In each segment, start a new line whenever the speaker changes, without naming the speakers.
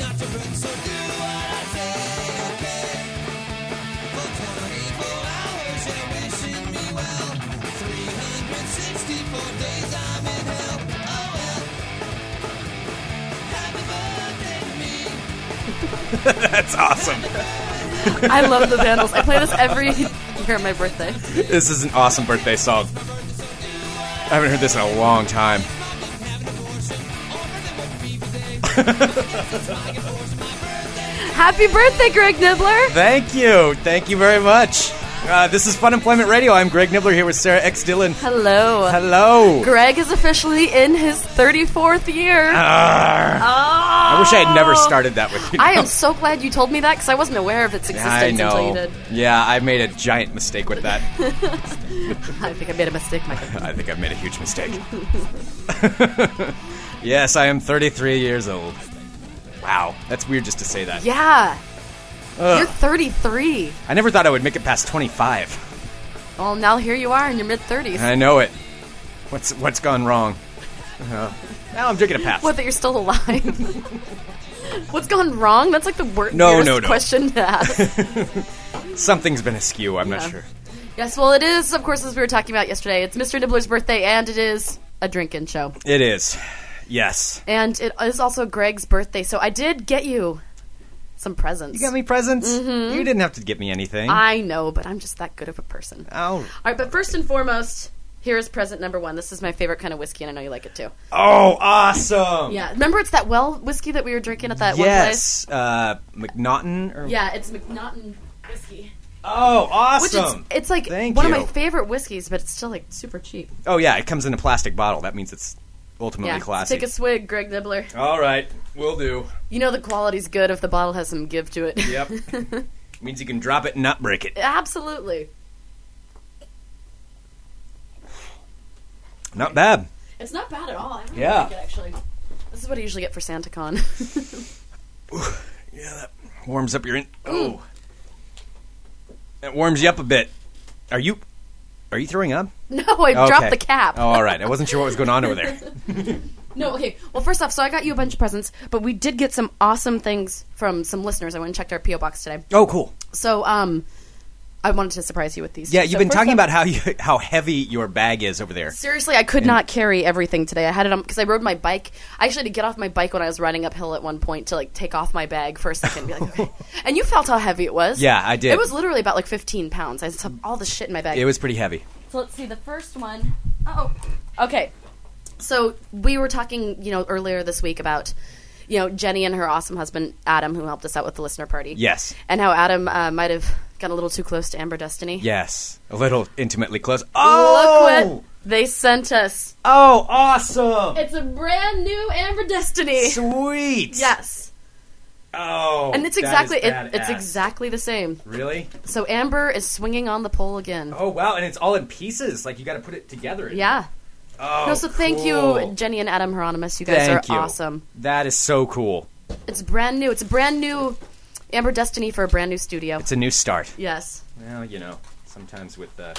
So do what I say, okay? For 24 hours you're wishing me well. 364 days I'm in hell. Oh well. Happy birthday to me.
That's awesome.
I love the Vandals. I play this every year on my birthday.
This is an awesome birthday song. I haven't heard this in a long time.
Happy birthday, Greg Nibbler!
Thank you. Thank you very much. Uh, this is Fun Employment Radio. I'm Greg Nibbler here with Sarah X. Dillon.
Hello.
Hello.
Greg is officially in his 34th year.
Ah.
Oh.
I wish I had never started that with you.
I am so glad you told me that because I wasn't aware of its existence
I know.
until you did.
Yeah, I made a giant mistake with that.
I think I made a mistake, Michael.
I think I've made a huge mistake. yes, I am 33 years old. Wow, that's weird just to say that.
Yeah. You're 33.
I never thought I would make it past 25.
Well, now here you are in your mid 30s.
I know it. What's what's gone wrong? Uh, now I'm drinking a pass.
What, that you're still alive? What's gone wrong? That's like the wor-
No,
weirdest
no, no.
question to ask.
Something's been askew. I'm
Yeah.
not sure.
Yes, well, it is, of course, as we were talking about yesterday, it's Mr. Nibbler's birthday, and it is a drinking show.
It is. Yes.
And it is also Greg's birthday, so I did get you some presents.
You got me presents? You didn't have to get me anything.
Mm-hmm. I know, but I'm just that good of a person. All
oh.
right, but first and foremost, here is present number one. This is my favorite kind of whiskey, and I know you like it too.
Oh, awesome.
Yeah, remember it's that well whiskey that we were drinking at that one place?
Yes. Uh, McNaughton? Or-
Yeah, it's McNaughton whiskey.
Oh,
Which
awesome.
is, it's like
Thank
one of
you.
my favorite whiskeys, but it's still like super cheap.
oh, yeah. It comes in a plastic bottle. That means it's ultimately
Yeah,
classic.
take a swig, Greg Nibbler.
All right. Will do.
You know the quality's good if the bottle has some give to it.
Yep. means you can drop it and not break it.
Absolutely.
Not bad.
It's not bad at all. I really
Yeah.
like it, actually. This is what I usually get for SantaCon.
Yeah, that warms up your in. Oh. That warms you up a bit. Are you. Are you throwing up?
no, I
Okay.
dropped the cap.
Oh, all right. I wasn't sure what was going on over there.
No, okay. Well, first off, so I got you a bunch of presents, but we did get some awesome things from some listeners. I went and checked our PO box today.
Oh, cool.
So, um, I wanted to surprise you with these.
Yeah, you've
So
been
first
talking
off-
about how you how heavy your bag is over there.
Seriously, I could not carry everything today. I had it on because I rode my bike. I actually had to get off my bike when I was riding uphill at one point to like take off my bag for a second. And be like, okay. And you felt how heavy it was.
Yeah, I did.
It was literally about like 15 pounds. I just had all the shit in my bag.
It was pretty heavy.
So let's see the first one. Oh, okay. So we were talking, you know, earlier this week about, you know, Jenny and her awesome husband Adam, who helped us out with the listener party.
Yes.
and how Adam uh, might have got a little too close to Amber Destiny.
Yes, a little intimately close.
Look
Oh,
what they sent us.
oh, awesome,
It's a brand new Amber Destiny.
sweet.
Yes.
Oh,
And it's
that is
exactly it, it's
badass.
exactly the same.
really.
So Amber is swinging on the pole again.
Oh wow, and it's all in pieces. Like you got to put it together.
Yeah.
Oh,
No, so thank
cool.
you, Jenny and Adam Hieronymus. You guys
Thank
are
you.
awesome.
That is so cool.
It's brand new. It's a brand new Amber Destiny for a brand new studio.
It's a new start.
yes.
Well, you know, sometimes with the.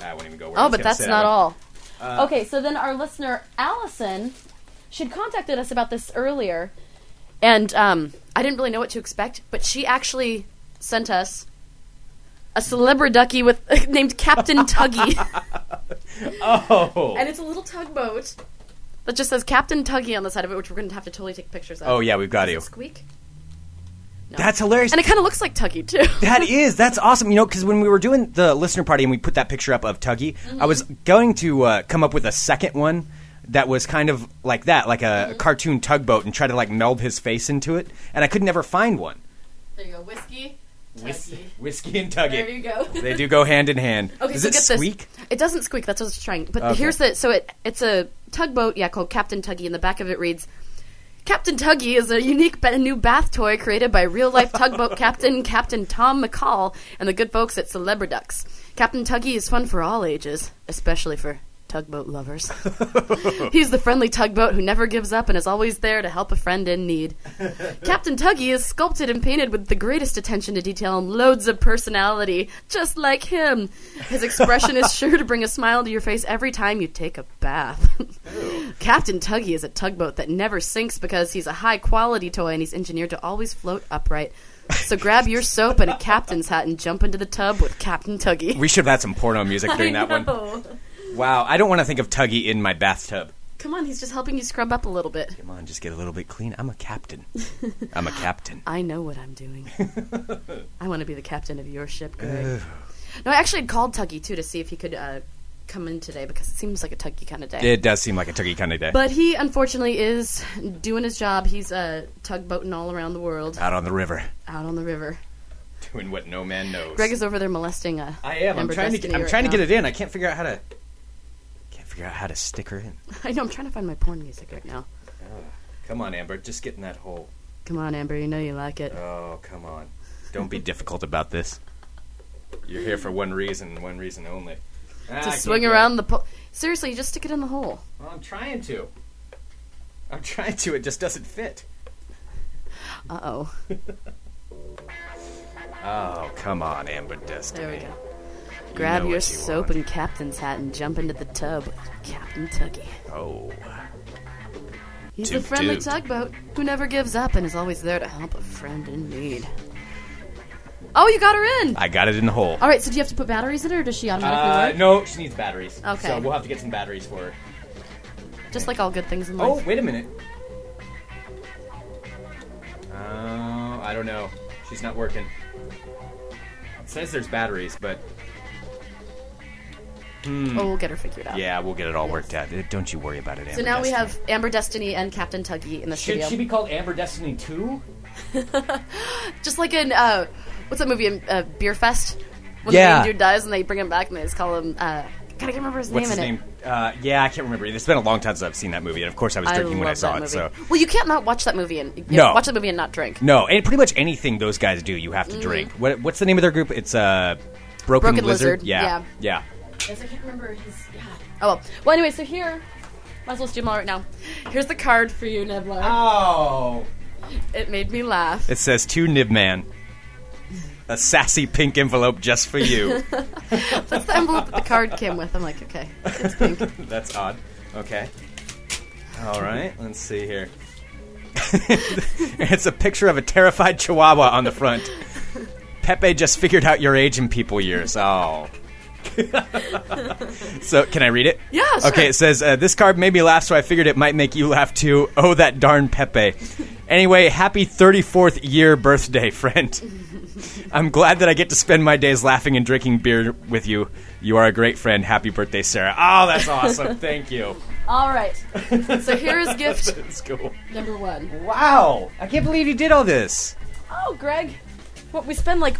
ah, I won't even go. Where I Uh,
Oh,
was
but
gonna
that's
say that
not
one.
all. okay, so then our listener Allison, she'd contacted us about this earlier, and um, I didn't really know what to expect, but she actually sent us a celebrity ducky with named Captain Tuggy,
Oh.
and it's a little tugboat that just says Captain Tuggy on the side of it, which we're going to have to totally take pictures of.
Oh yeah, we've got
Does
you.
it squeak,
That's hilarious.
and it kind of looks like Tuggy too.
That is. That's awesome. You know, because when we were doing the listener party and we put that picture up of Tuggy, I was
Mm-hmm.
going to uh, come up with a second one that was kind of like that, like a
Mm-hmm.
cartoon tugboat, and try to like meld his face into it. And I could never find one.
there you go, whiskey.
Whis-
Tuggy.
whiskey and Tuggy.
There you go.
they do go hand in hand.
Okay,
Does
so
it
get
squeak?
This. It doesn't squeak. That's what I was trying. But
Okay.
here's the so it it's a tugboat, yeah, called Captain Tuggy, and the back of it reads. Captain Tuggy is a unique ba- new bath toy created by real life tugboat captain Captain Tom McCall and the good folks at Celebriducks. Captain Tuggy is fun for all ages, especially for tugboat lovers. He's the friendly tugboat who never gives up and is always there to help a friend in need. Captain Tuggy is sculpted and painted with the greatest attention to detail and loads of personality, just like him. His expression is sure to bring a smile to your face every time you take a bath. Captain Tuggy is a tugboat that never sinks because he's a high quality toy and he's engineered to always float upright. So grab your soap and a captain's hat and jump into the tub with Captain Tuggy.
We should have had some porno music during
I
that one.
know.
Wow, I don't want to think of Tuggy in my bathtub.
Come on, he's just helping you scrub up a little bit.
Come on, just get a little bit clean. I'm a captain. I'm a captain.
I know what I'm doing. I want to be the captain of your ship, Greg. no, I actually had called Tuggy too to see if he could uh, come in today because it seems like a Tuggy kind of day.
It does seem like a Tuggy kind of day.
But he unfortunately is doing his job. He's uh, tugboating all around the world,
Out on the river,
out on the river.
doing what no man knows.
Greg is over there molesting uh, a.
I am. I'm
Amber
trying to. Get,
Destiny
I'm
right
trying
now.
to get it in. I can't figure out how to. Can't figure out how to stick her in.
I know. I'm trying to find my porn music right now.
Come on, Amber. Just get in that hole.
Come on, Amber. You know you like it.
Oh, come on. Don't be difficult about this. You're here for one reason, and one reason only. Ah, I
to
can't
swing
get it.
around the pole. Seriously, you just stick it in the hole.
Well, I'm trying to. I'm trying to. It just doesn't fit.
Uh oh.
Oh, come on, Amber Destiny.
There we go. Grab
know
your
what you
soap
want.
and captain's hat and jump into the tub with Captain Tuggy.
Oh.
He's
Toot
a friendly
toot.
tugboat who never gives up and is always there to help a friend in need. Oh, you got her in!
I got it in the hole.
All right, so do you have to put batteries in her, or does she automatically
Uh,
work?
no, she needs batteries.
Okay.
So we'll have to get some batteries for her.
Just like all good things in
Oh,
life.
wait a minute. Oh, I don't know. She's not working. It says there's batteries, but
Oh, we'll get her figured out.
yeah, we'll get it all worked out. Don't you worry about it, Amber.
So now we
Destiny.
have Amber Destiny and Captain Tuggy in the
Should
studio.
she be called Amber Destiny 2?
Just like in uh, what's that movie? in, Uh, Beer Fest. When
Yeah.
the main dude dies and they bring him back and they just call him. Uh, God, I can't remember his
What's his
name in
name? Uh, yeah, I can't remember. It's been a long time since I've seen that movie, and of course I was
it.
drinking when I
love
saw
that
it.
movie.
So
Well, you can't not watch that movie and you
No.
watch the movie and not drink.
no, and pretty much anything those guys do, you have to drink. What, what's the name of their group? It's uh, Broken,
Mm-hmm. Broken Lizard,
Yeah, yeah.
Yes, I can't remember his. Yeah. Oh well. Well, anyway, so here, might as well just do them all right now. Here's the card for you, Neblar.
Oh,
it made me laugh.
it says to Nib Man, a sassy pink envelope just for you.
That's the envelope that the card came with. I'm like, okay, it's pink.
That's odd. Okay. All right. Let's see here. it's a picture of a terrified chihuahua on the front. Pepe just figured out your age in people years. Oh. so, can I read it?
Yeah, sure.
Okay, it says, uh, This card made me laugh, so I figured it might make you laugh too. Oh, that darn Pepe. Anyway, happy 34th year birthday, friend. I'm glad that I get to spend my days laughing and drinking beer with you. You are a great friend. Happy birthday, Sarah. Oh, that's awesome. Thank you.
all right. So here is gift
That's cool.
number one.
Wow. I can't believe you did all this.
Oh, Greg, what we spend like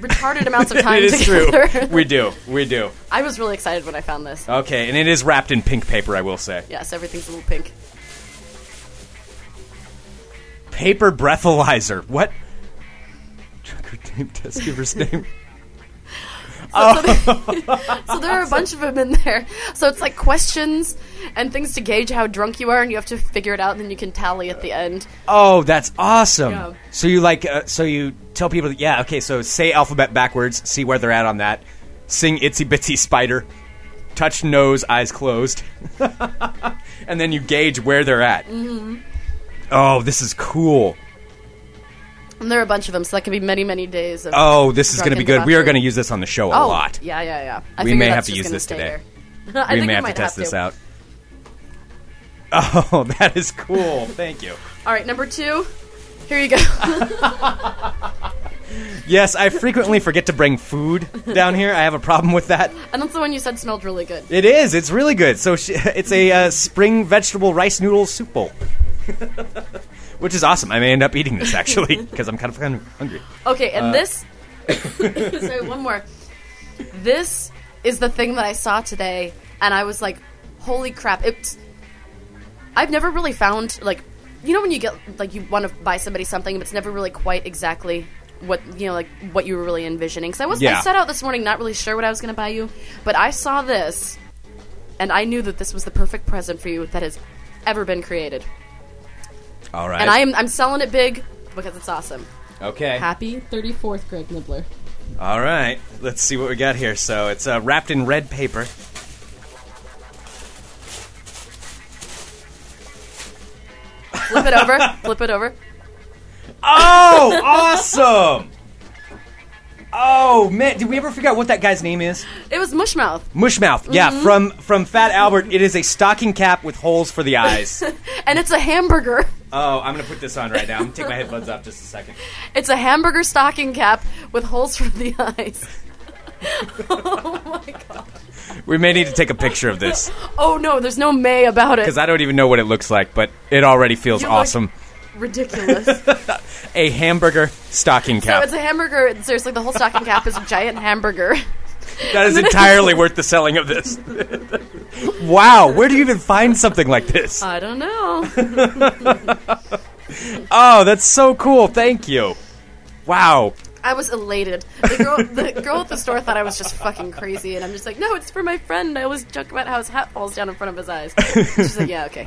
retarded amounts of time
it is
together.
true. We do. We do.
I was really excited when I found this.
Okay, and it is wrapped in pink paper, I will say.
Yes, everything's a little pink.
Paper breathalyzer. What? Trucker name, test giver's name. Oh.
So there are a bunch of them in there. So it's like questions and things to gauge how drunk you are, and you have to figure it out, and then you can tally at the end.
Oh, that's awesome.
Yeah.
So you like, uh, so you tell people, that, yeah, okay, so say alphabet backwards, see where they're at on that. Sing Itsy Bitsy Spider, touch nose, eyes closed. and then you gauge where they're at. Mm-hmm. Oh, this is cool.
And there are a bunch of them, so that can be many, many days of.
Oh, this is going to be
Drunken
good. We are
debauchery.
going to use this on the show a
Oh,
lot.
Yeah, yeah, yeah. I
We
figure
may
that's
have to
just
use
gonna
this
stay
today.
there. I
we may
think we
have to
might
test this
to.
out. Oh, that is cool. Thank you.
All right, number two. Here you go.
Yes, I frequently forget to bring food down here. I have a problem with that.
and that's the one you said smelled really good.
It is. It's really good. So sh it's a uh, spring vegetable rice noodle soup bowl, which is awesome. I may end up eating this actually because I'm kind of hun- hungry.
Okay, and this. sorry, one more. This is the thing that I saw today, and I was like, "Holy crap!" It's. I've never really found like, you know, when you get like you want to buy somebody something, but it's never really quite exactly what you know, like what you were really envisioning. Because I was
Yeah.
I set out this morning not really sure what I was going to buy you, but I saw this, and I knew that this was the perfect present for you that has ever been created.
All right.
And I am I'm selling it big because it's awesome.
okay.
Happy 34th, Greg Nibbler.
All right. Let's see what we got here. So it's uh, wrapped in red paper.
Flip it over. flip it over.
Oh, awesome! Oh man, did we ever figure out what that guy's name is?
It was Mushmouth.
Mushmouth. Yeah,
Mm-hmm.
from from Fat Albert. It is a stocking cap with holes for the eyes.
And it's a hamburger.
oh, I'm gonna put this on right now. I'm gonna take my headphones off just a second.
It's a hamburger stocking cap with holes for the eyes. oh my god.
We may need to take a picture of this
Oh no, there's no May about it.
because I don't even know what it looks like, but it already feels
You look-
awesome.
Ridiculous. so
a hamburger stocking cap.
it's a hamburger. Seriously, the whole stocking cap is a giant hamburger.
That is entirely worth the selling of this. wow, where do you even find something like this?
I don't know.
Oh, that's so cool. Thank you. Wow.
I was elated. The girl, the girl at the store thought I was just fucking crazy, and I'm just like, no, it's for my friend. I always joke about how his hat falls down in front of his eyes. She's like, yeah, okay, it's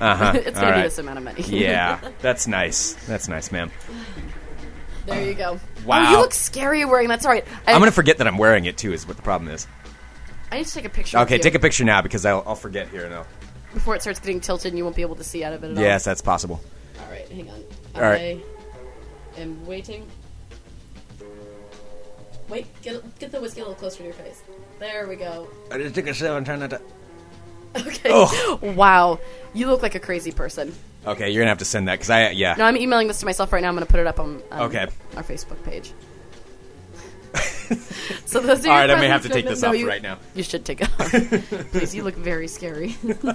gonna
Alright.
be this amount of money.
Uh-huh. Yeah, that's nice. That's nice, ma'am.
there you go.
Wow.
oh, you look scary wearing that's all right. I,
I'm gonna forget that I'm wearing it too. Is what the problem is.
I need to take a picture.
Okay,
of
take
you
a picture now because I'll, I'll forget here. And I'll,
before it starts getting tilted, and you won't be able to see out of it at all.
yes, that's possible.
All right, hang on.
All right.
I am waiting. Wait, get, get the whiskey a little closer to your face. There we go.
I just took a sip. I'm trying not to.
Okay.
Oh.
Wow, you look like a crazy person.
Okay, you're gonna have to send that because I yeah.
No, I'm emailing this to myself right now. I'm going to put it up on um,
Okay.
our Facebook page. so those are
All
your
right, I may
presents,
have to take
Jonah.
this
No,
off
you-
right now.
You should take it off. Please, you look very scary.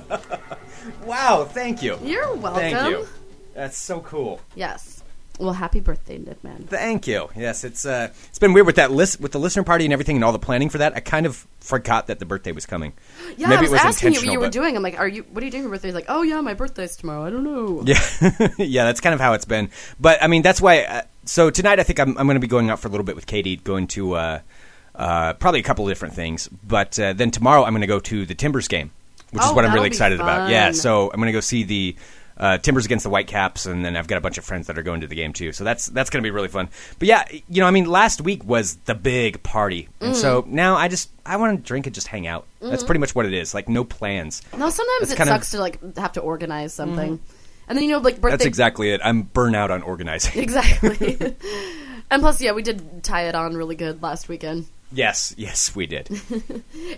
Wow, thank you.
You're welcome.
Thank you. That's so cool.
Yes. Well, happy birthday, Nip Man.
Thank you. Yes, it's uh, it's been weird with that list with the listener party and everything and all the planning for that. I kind of forgot that the birthday was coming.
Yeah,
Maybe
I was,
it was
asking you what
intentional,
you were
but-
doing. I'm like, are you? What are you doing for your birthday? He's like, oh yeah, my birthday's tomorrow. I don't know.
Yeah, yeah, that's kind of how it's been. But I mean, that's why. Uh, so tonight, I think I'm, I'm going to be going out for a little bit with Katie, going to uh, uh, probably a couple of different things. But uh, then tomorrow, I'm going to go to the Timbers game, which
Oh,
is what I'm
that'll
really
be
excited about. Yeah,
fun.
so I'm going to go see the. Uh, Timbers against the Whitecaps, and then I've got a bunch of friends that are going to the game too. So that's that's going to be really fun. But yeah, you know, I mean, last week was the big party, and so
Mm.
now I just I want to drink and just hang out. That's
Mm-hmm.
pretty much what it is. Like no plans.
No, sometimes
That's
it
kind of-
sucks to like have to organize something, and then you know, like birthday.
Mm-hmm. That's exactly it. I'm burnout on organizing.
Exactly. and plus, yeah, we did tie it on really good last weekend
Yes, yes, we did.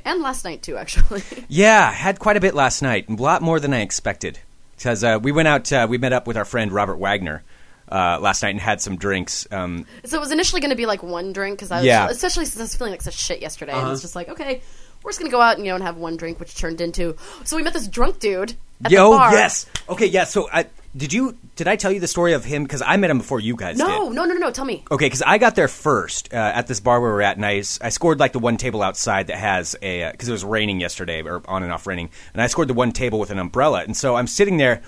and last night too, actually.
yeah, had quite a bit last night, a lot more than I expected. Because uh, we went out, uh, we met up with our friend Robert Wagner uh, last night and had some drinks. Um,
so it was initially going to be like one drink because I was,
Yeah. Uh-huh.
especially since I was feeling like such shit yesterday, and it's just like, okay, we're just going to go out and you know and have one drink, which turned into. So we met this drunk dude. At
yo,
the bar.
yes, okay, yeah. So I did you did I tell you the story of him? Because I met him before you guys did.
No, no, no, no. Tell me.
Okay, because I got there first uh, at this bar where we were at, and I, s- I scored like the one table outside that has a because it was raining yesterday or on and off raining, and I scored the one table with an umbrella, and so I'm sitting there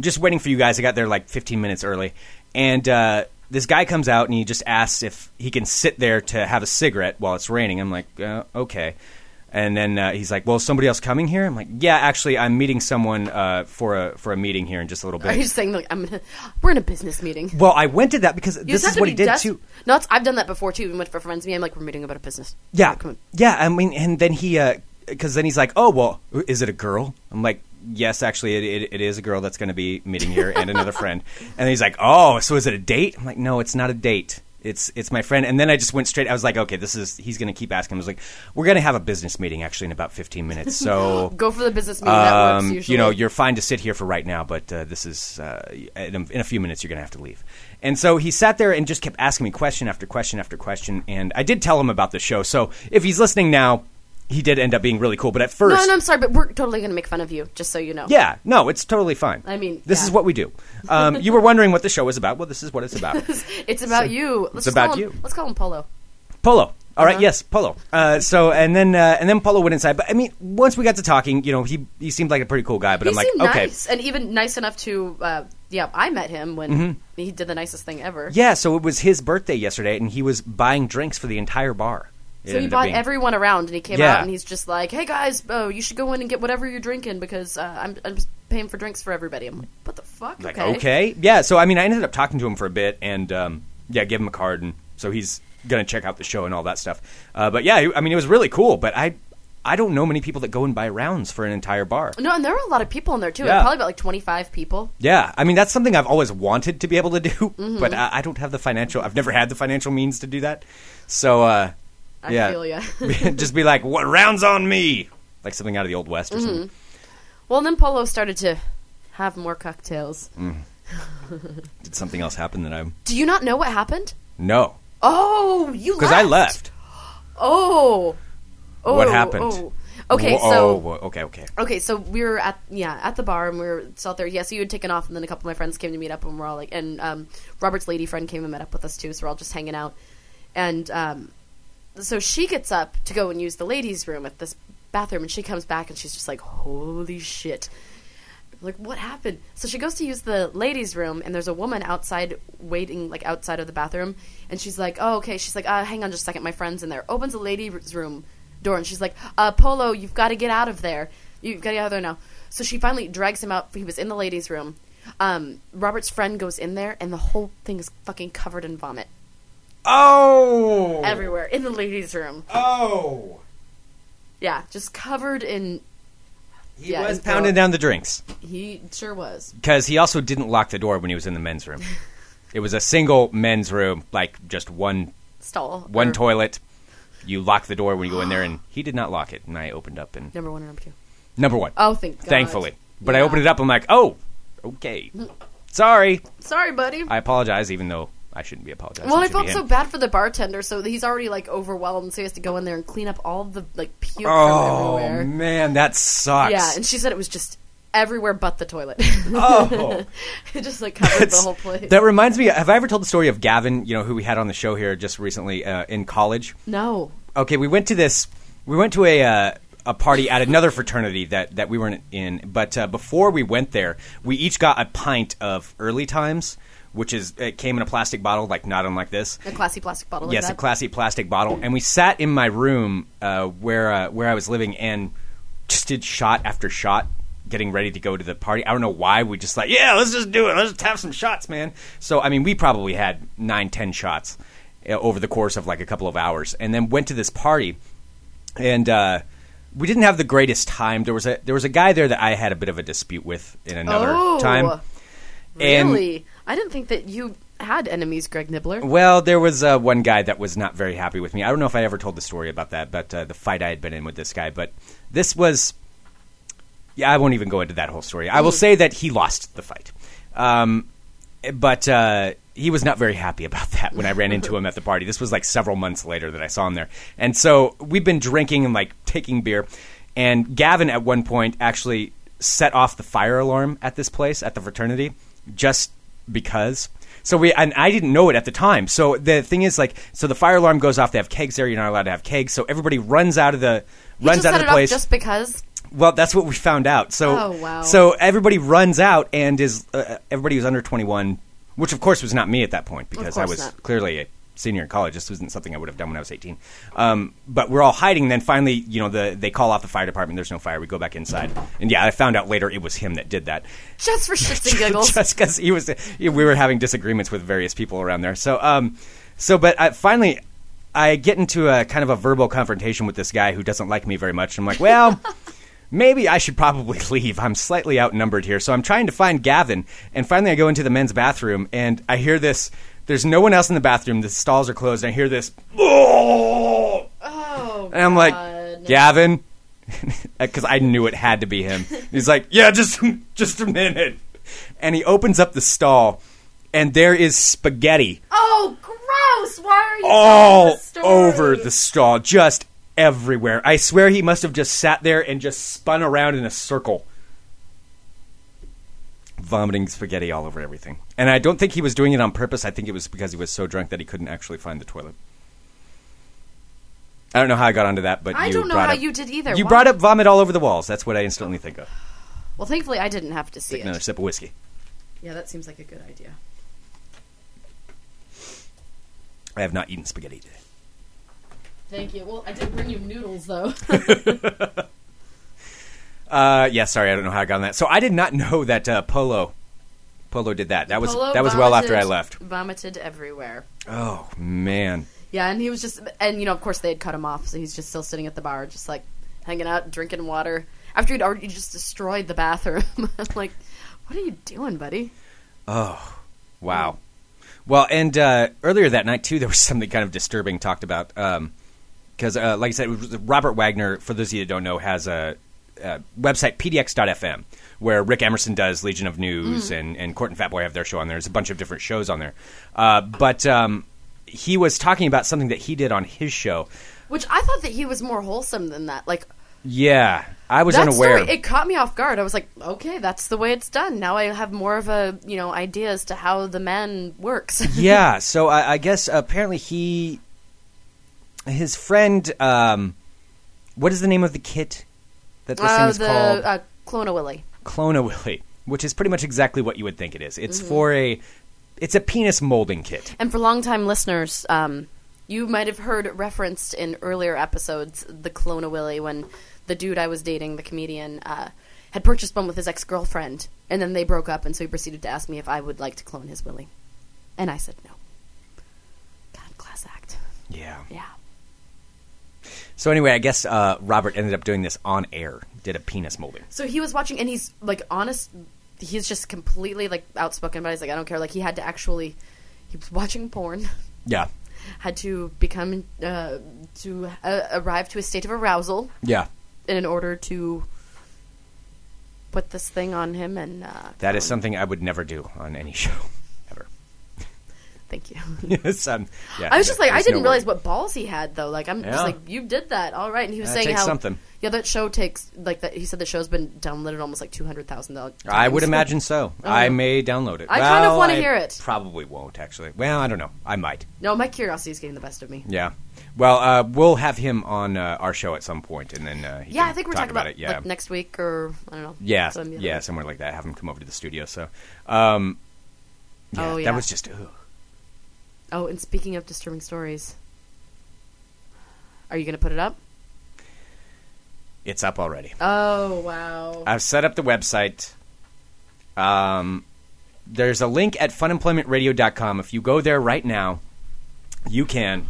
just waiting for you guys. I got there like 15 minutes early, and uh, this guy comes out and he just asks if he can sit there to have a cigarette while it's raining. I'm like, uh, okay. And then uh, he's like, "Well, is somebody else coming here?" I'm like, "Yeah, actually, I'm meeting someone uh, for a for a meeting here in just a little
Are
bit."
you just saying like I'm? Gonna, we're in a business meeting.
well, I went to that because
You
this
just have
is
to
what
be
he did
des-
too.
No, it's, I've done that before too. We went for friends. Me, I'm like, we're meeting about a business.
Yeah,
Come on.
yeah. I mean, and then he, because then he's like, "Oh, well, is it a girl?" I'm like, "Yes, actually, it, it, it is a girl that's going to be meeting here and another friend." And he's like, "Oh, so is it a date?" I'm like, "No, it's not a date. It's it's my friend." And then I just went straight. I was like, "Okay, this is he's going to keep asking." I was like, "We're going to have a business meeting actually in about 15 minutes, so."
Go for the business meeting. that works
um,
usually.
You know, you're fine to sit here for right now, but uh, this is uh, in, a, in a few minutes you're going to have to leave. And so he sat there and just kept asking me question after question after question. And I did tell him about the show. So if he's listening now, he did end up being really cool. But at first,
No, no, I'm sorry, but we're totally going to make fun of you, just so you know.
yeah, no, it's totally fine.
I mean,
this
yeah.
is what we do. Um, you were wondering what the show is about. Well, this is what it's about.
It's about you. Let's just
about
call him,
you.
Let's call him Polo.
Polo. All right,
Uh-huh.
yes, Polo. Uh, so and then uh, and then Polo went inside. But I mean, once we got to talking, you know, he he seemed like a pretty cool guy. But
he
I'm like,
seemed
okay,
nice, and even nice enough to, uh, yeah, I met him when he did the nicest thing ever.
Mm-hmm. Yeah, so it was his birthday yesterday, and he was buying drinks for the entire bar. It
So he
ended up
brought
being-
everyone around, and he came
Yeah.
out, and he's just like, "Hey guys, oh, you should go in and get whatever you're drinking because uh, I'm, I'm just paying for drinks for everybody." I'm like, "What the fuck?"
like okay. yeah. So I mean, I ended up talking to him for a bit, and um, yeah, give him a card, and so he's gonna check out the show and all that stuff. Uh, but yeah, I mean, it was really cool. But I, I don't know many people that go and buy rounds for an entire bar.
No, and there were a lot of people in there too.
Yeah.
Probably about like 25 people.
Yeah, I mean that's something I've always wanted to be able to do,
Mm-hmm.
but I, I don't have the financial. I've never had the financial means to do that. So, uh,
I
yeah,
feel ya.
just be like, "What rounds on me?" Like something out of the old west or
Mm-hmm.
something.
Well, and then Polo started to have more cocktails.
Mm. Did something else happen that I
Do you not know what happened?
no
Oh, you
because I left.
Oh. oh
What happened?
oh. Okay,
Whoa-
so
oh, okay, okay.
Okay, so we were at yeah at the bar and we were still out there. Yeah, so you had taken off, and then a couple of my friends came to meet up, and we're all like, and um, Robert's lady friend came and met up with us too. So we're all just hanging out, and um, so she gets up to go and use the ladies' room at this bathroom, and she comes back and she's just like, "Holy shit!" Like, what happened? So she goes to use the ladies' room, and there's a woman outside waiting, like outside of the bathroom, and she's like, "Oh, okay." She's like, uh, "Hang on just a second, my friend's in there." Opens the ladies' room door, and she's like, uh, "Polo, you've got to get out of there. You've got to get out of there now." So she finally drags him out. He was in the ladies' room. Um, Robert's friend goes in there, and the whole thing is fucking covered in vomit
Oh,
everywhere in the ladies' room.
oh,
Yeah, just covered in.
he
Yeah,
was
it's
pounding
gross.
down the drinks.
He sure was.
because he also didn't lock the door when he was in the men's room. it was a single men's room, like just one
Stall.
one
or-
toilet. You lock the door when you go in there, and he did not lock it. And I opened up and
Number one or number two.
number one,
Oh, thank God.
thankfully. But I
Yeah. Mm.
opened it up. I'm like, oh, okay, sorry.
Sorry, buddy.
I apologize, even though I shouldn't be apologizing.
well, I
It should
felt
be
so
him.
bad for the bartender, so he's already like overwhelmed, so he has to go in there and clean up all the like puke
Oh
from everywhere.
man, that sucks.
Yeah, and she said it was just everywhere but the toilet.
oh.
it just like covered the
That's-
whole place.
That reminds me. Have I ever told the story of Gavin? You know who we had on the show here just recently uh, in college.
no.
okay, we went to this. We went to a uh, a party at another fraternity that that we weren't in. But uh, before we went there, we each got a pint of early times, which is it came in a plastic bottle, like not unlike this.
A classy plastic bottle.
Yes,
like
a
that.
classy plastic bottle. And we sat in my room uh, where uh, where I was living and just did shot after shot, getting ready to go to the party. I don't know why we just like yeah, let's just do it. Let's just have some shots, man. So I mean, we probably had nine, ten shots uh, over the course of like a couple of hours, and then went to this party and. uh we didn't have the greatest time. There was a there was a guy there that I had a bit of a dispute with in another
Oh,
time. And-
Really? I didn't think that you had enemies, Greg Nibbler.
Well, there was uh, one guy that was not very happy with me. I don't know if I ever told the story about that, but uh, the fight I had been in with this guy. But this was, yeah, I won't even go into that whole story. I will say that he lost the fight, um, but uh, he was not very happy about that when I ran into him at the party. This was like several months later that I saw him there, and so we've been drinking and like taking beer. And Gavin at one point actually set off the fire alarm at this place at the fraternity just because. So we and I didn't know it at the time. So the thing is, like, so the fire alarm goes off. They have kegs there. You're not allowed to have kegs. So everybody runs out of the
He
runs
just
out
set
of
it
the place.
up just because.
Well, that's what we found out. So,
Oh, wow.
so everybody runs out, and is uh, everybody was under twenty one, which of course was not me at that point because I
course
was
not.
clearly a senior in college. This wasn't something I would have done when I was eighteen. Um, but we're all hiding. And then finally, you know, the they call off the fire department. There's no fire. We go back inside, and yeah, I found out later it was him that did that.
Just for shits and giggles.
Just because he was, we were having disagreements with various people around there. So, um, so, but I, finally, I get into a kind of a verbal confrontation with this guy who doesn't like me very much. I'm like, well. Maybe I should probably leave. I'm slightly outnumbered here, so I'm trying to find Gavin. And finally, I go into the men's bathroom, and I hear this. There's no one else in the bathroom. The stalls are closed. And I hear this. "Oh!"
oh,
And I'm like,
God.
Gavin, because I knew it had to be him. He's like, yeah, just just a minute. And he opens up the stall, and there is spaghetti
Oh, gross! Why are you telling
all
this story?
over the stall, just everywhere. I swear he must have just sat there and just spun around in a circle, vomiting spaghetti all over everything. And I don't think he was doing it on purpose. I think it was because he was so drunk that he couldn't actually find the toilet. I don't know how I got onto that, but
I
you
don't know
brought
how
up-
you did either.
You
Why-
brought up vomit all over the walls. That's what I instantly think of.
Well, thankfully, I didn't have to see
Take another
it.
sip of whiskey.
Yeah, that seems like a good idea.
I have not eaten spaghetti today.
Thank you. Well, I did bring you noodles, though.
Uh, yeah, sorry, I don't know how I got on that. So I did not know that uh, Polo, Polo did that. That was that was well after I left.
Vomited everywhere.
Oh man,
Yeah, and he was just, and you know, of course, they had cut him off, so he's just still sitting at the bar, just like, hanging out, drinking water. After you'd already just destroyed the bathroom. I'm like, what are you doing, buddy?
Wow. Well, and uh, earlier that night too, there was something kind of disturbing talked about because, uh, like I said, it was Robert Wagner. For those of you that don't know, has a, a website pdx.fm where Rick Emerson does Legion of
Mm-hmm.
News and and Court and Fatboy have their show on there. There's a bunch of different shows on there, uh, but um, he was talking about something that he did on his show.
Which I thought that he was more wholesome than that. Like,
Yeah, I was
that
unaware.
story, it caught me off guard. I was like, okay, that's the way it's done. Now I have more of a, you know, idea as to how the man works.
yeah, so I, I guess apparently he, his friend, um, what is the name of the kit that this thing
Uh,
is
the
called?
uh, Clona Willy.
Clona Willy, which is pretty much exactly what you would think it is. It's
Mm-hmm.
for a, it's a penis molding kit.
And for longtime listeners, um, you might have heard referenced in earlier episodes the Kelowna Willie when the dude I was dating, the comedian, uh, had purchased one with his ex girlfriend, and then they broke up, and so he proceeded to ask me if I would like to clone his Willie, and I said no. God, class act.
Yeah.
Yeah.
So anyway, I guess uh, Robert ended up doing this on air. Did a penis molding.
So he was watching, and he's like honest. He's just completely like outspoken, but he's like, I don't care. Like he had to actually, he was watching porn.
Yeah.
had to become uh, to uh, arrive to a state of arousal
Yeah.
in order to put this thing on him and uh,
That is something I would never do on any show, ever.
thank you
yes, um, yeah,
i was just like i
there's
didn't
no
realize
word.
what balls he had though like i'm
Yeah.
just like you did that all right and he was
That
saying
takes
how
something.
yeah that show takes like that he said the show's been downloaded almost like 200000 dollars
I would imagine so. I may download it.
Uh-huh. I kind of
Well,
wanna
I
hear it.
Probably won't actually. Well, I don't know. I might.
no my curiosity is getting the best of me
Yeah. Well, uh, we'll have him on uh, our show at some point, and then uh, he
yeah
can
i think we're
talk
talking about,
it. Yeah.
like next week or i don't know
yeah.
Some-
yeah. Somewhere like that. Have him come over to the studio. So. Um, yeah,
Oh, yeah.
That was just. Ugh.
oh and speaking of disturbing stories are you gonna put it up
It's up already.
oh wow
I've set up the website. Um, there's a link at funemploymentradio.com. If you go there right now, you can.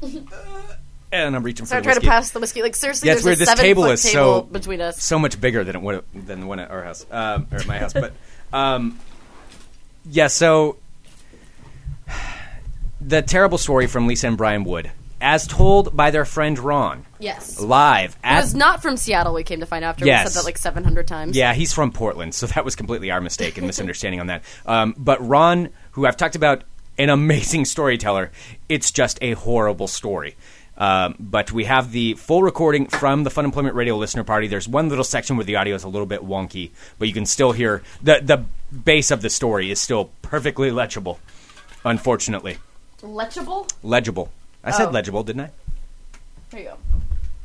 and I'm reaching
So I
for the
try to
whiskey.
pass the whiskey. Like seriously,
That's
there's
where
a
this
seven
table
foot
is,
table
so-
between us.
so much bigger than it would than the one at our house um, or at my house. But um, yeah, so the terrible story from Lisa and Brian Wood, as told by their friend Ron,
Yes, it
live at
was not from Seattle. We came to find out after we
Yes.
said that like seven hundred times.
yeah, he's from Portland, so that was completely our mistake and misunderstanding on that. Um, but Ron, who I've talked about, an amazing storyteller. It's just a horrible story. Um, but we have the full recording from the Fun Employment Radio listener party. There's one little section where the audio is a little bit wonky, but you can still hear the the base of the story is still perfectly legible. Unfortunately,
legible.
legible. I said
Oh.
legible, didn't I?
There you go.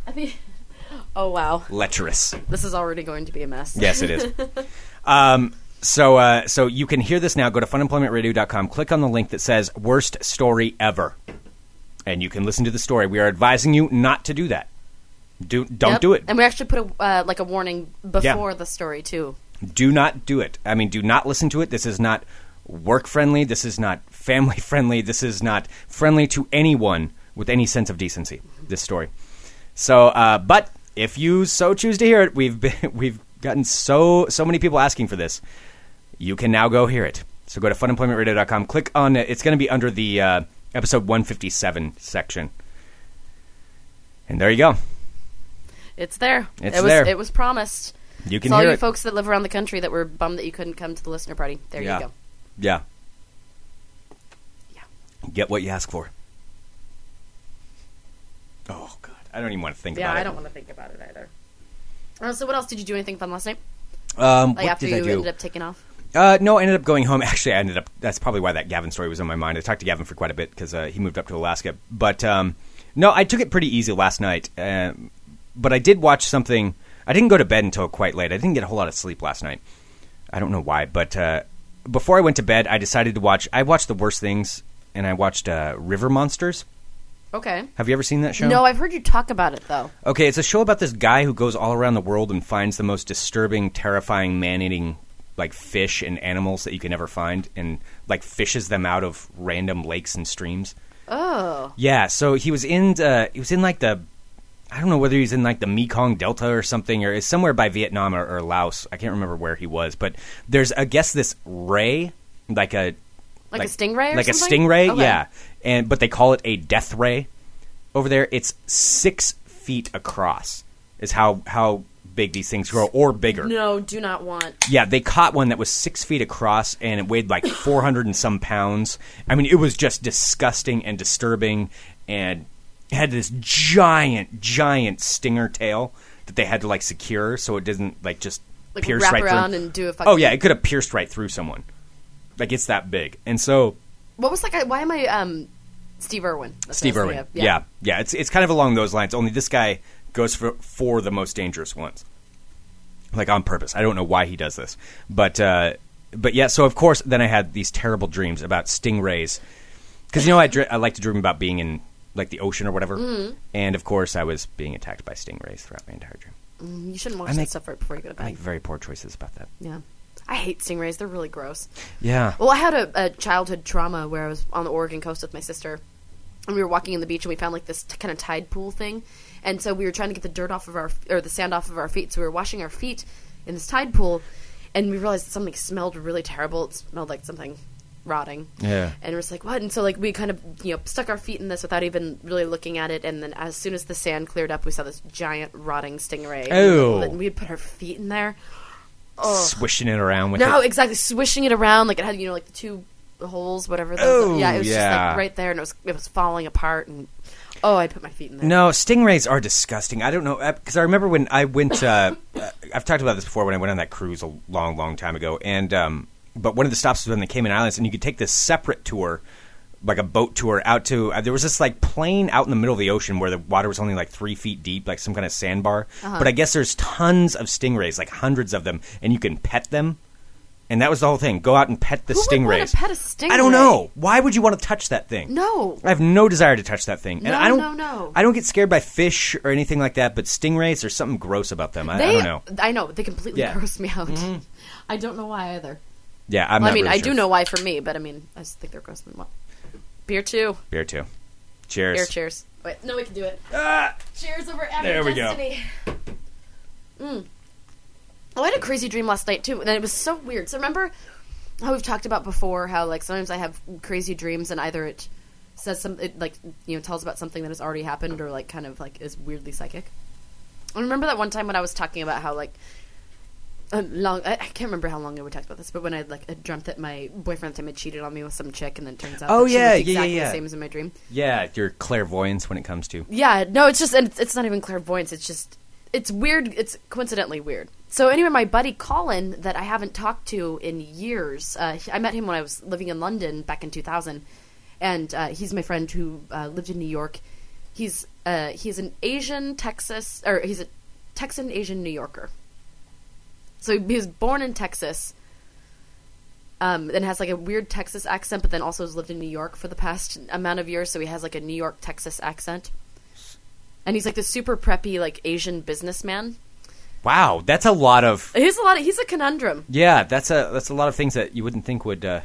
I think. Oh wow,
Lecherous.
this is already going to be a mess.
Yes, it is. um, so, uh, so you can hear this now. Go to funemploymentradio.com. Click on the link that says "Worst Story Ever," and you can listen to the story. We are advising you not to do that. Do don't
Yep.
do it.
And we actually put a uh, like a warning before the story too.
Do not do it. I mean, do not listen to it. This is not work friendly. This is not family friendly. This is not friendly to anyone with any sense of decency. This story. So, uh, but if you so choose to hear it, we've been, we've gotten so so many people asking for this. You can now go hear it. So go to funemploymentradio.com. Click on it. It's going to be under the uh, episode 157 section. And there you go.
It's there.
It's
it was,
there.
It was promised.
You
it's
can
all
hear
you
it.
folks that live around the country that were bummed that you couldn't come to the listener party. There
Yeah.
you go.
Yeah.
Yeah.
Get what you ask for. Oh God, I don't even want to think
Yeah,
about it.
I don't want to think about it either. Uh, so what else did you do? Anything fun last night?
Um,
Like
what
after
did I
you
do?
ended up taking off?
Uh, no, I ended up going home. Actually, I ended up. That's probably why that Gavin story was on my mind. I talked to Gavin for quite a bit because uh, he moved up to Alaska. But um, no, I took it pretty easy last night. Uh, but I did watch something. I didn't go to bed until quite late. I didn't get a whole lot of sleep last night. I don't know why, but uh, before I went to bed, I decided to watch. I watched The Worst Things, and I watched uh, River Monsters.
Okay.
Have you ever seen that show?
No, I've heard you talk about it though.
Okay, it's a show about this guy who goes all around the world and finds the most disturbing, terrifying, man-eating like fish and animals that you can ever find, and like fishes them out of random lakes and streams.
Oh,
Yeah, so he was in uh, he was in like the I don't know whether he's in like the Mekong Delta or something, or is somewhere by Vietnam or, or Laos. I can't remember where he was, but there's I guess this ray, like a
Like a stingray or
like
something?
a stingray,
Okay.
yeah. And but they call it a death ray over there. It's six feet across. Is how how big these things grow, or bigger.
No, do not want.
Yeah, they caught one that was six feet across and it weighed like 400 and some pounds. I mean, it was just disgusting and disturbing and had this giant, giant stinger tail that they had to like secure so it didn't like just
Like,
pierce
wrap
right
around
through.
and do a
Oh,
fucking-
yeah, it could have pierced right through someone. Like, it's that big. And so.
What was like? I, why am I um, Steve Irwin? That's what I was
Steve
thinking
Irwin.
of.
Yeah. yeah, It's it's kind of along those lines. Only this guy goes for for the most dangerous ones, like on purpose. I don't know why he does this, but uh, but yeah. So of course, then I had these terrible dreams about stingrays, because you know I dr- I like to dream about being in like the ocean or whatever, and of course I was being attacked by stingrays throughout my entire dream.
You shouldn't watch
I make-
that stuff right before you go to
I
bed.
make very poor choices about that.
yeah. I hate stingrays. They're really gross.
Yeah.
Well, I had a, a childhood trauma where I was on the Oregon coast with my sister, and we were walking in the beach, and we found like this kind of tide pool thing, and so we were trying to get the dirt off of our or the sand off of our feet, so we were washing our feet in this tide pool, and we realized that something smelled really terrible. It smelled like something rotting.
Yeah.
And we're just like, what? And so like we kind of you know stuck our feet in this without even really looking at it, and then as soon as the sand cleared up, we saw this giant rotting stingray.
Ew.
And we had put our feet in there.
Swishing it around with
No,
it.
exactly. Swishing it around like it had you know like the two holes, whatever. those-
Oh,
yeah, it was just
yeah.
like right there, and it was it was falling apart, and oh, I put my feet in there.
No, stingrays are disgusting. I don't know because I remember when I went. Uh, uh, I've talked about this before when I went on that cruise a long, long time ago, and um, but one of the stops was on the Cayman Islands, and you could take this separate tour, like a boat tour, out to. Uh, there was this like plain out in the middle of the ocean where the water was only like three feet deep, like some kind of sandbar.
Uh-huh.
But I guess there's tons of stingrays, like hundreds of them, and you can pet them. And that was the whole thing. Go out and pet the
Who would wanna
stingrays.
pet a
I
stingray?
don't know. Why would you want to touch that thing?
No.
I have no desire to touch that thing. And
No,
I don't
no, no.
I don't get scared by fish or anything like that, but stingrays there's something gross about them. I, I
They,
don't know.
I know they completely
Yeah.
gross me out. I don't know why either.
Yeah, I'm
Well,
not
I mean,
really
I do
sure.
know why for me, but I mean, I just think they're gross. Well, beer too.
Beer too. Cheers.
Beer cheers. Wait, no, we can do it.
Ah!
Cheers over every
There we go.
destiny. Mm. Oh, I had a crazy dream last night too, and it was so weird. So remember how we've talked about before how like sometimes I have crazy dreams and either it says some it like you know tells about something that has already happened or like kind of like is weirdly psychic. I remember that one time when I was talking about how like a long I, I can't remember how long ago we talked about this, but when I like had dreamt that my boyfriend at the time had cheated on me with some chick, and then it turns out
Oh,
that
yeah,
she looked
yeah, yeah,
exactly
yeah.
the same as in my dream.
Yeah, your clairvoyance when it comes to
Yeah, no, it's just, and it's, it's not even clairvoyance. It's just, it's weird. It's coincidentally weird. So anyway, my buddy Colin, that I haven't talked to in years, uh, he- I met him when I was living in London back in 2000, and uh, he's my friend who uh, lived in New York. He's uh, he's an Asian Texas, or he's a Texan Asian New Yorker. So he was born in Texas, um, and has like a weird Texas accent, but then also has lived in New York for the past amount of years, so he has like a New York Texas accent. And he's like the super preppy like Asian businessman.
Wow, that's a lot of
He's a lot. Of, he's a conundrum,
Yeah, that's a that's a lot of things that you wouldn't think would uh,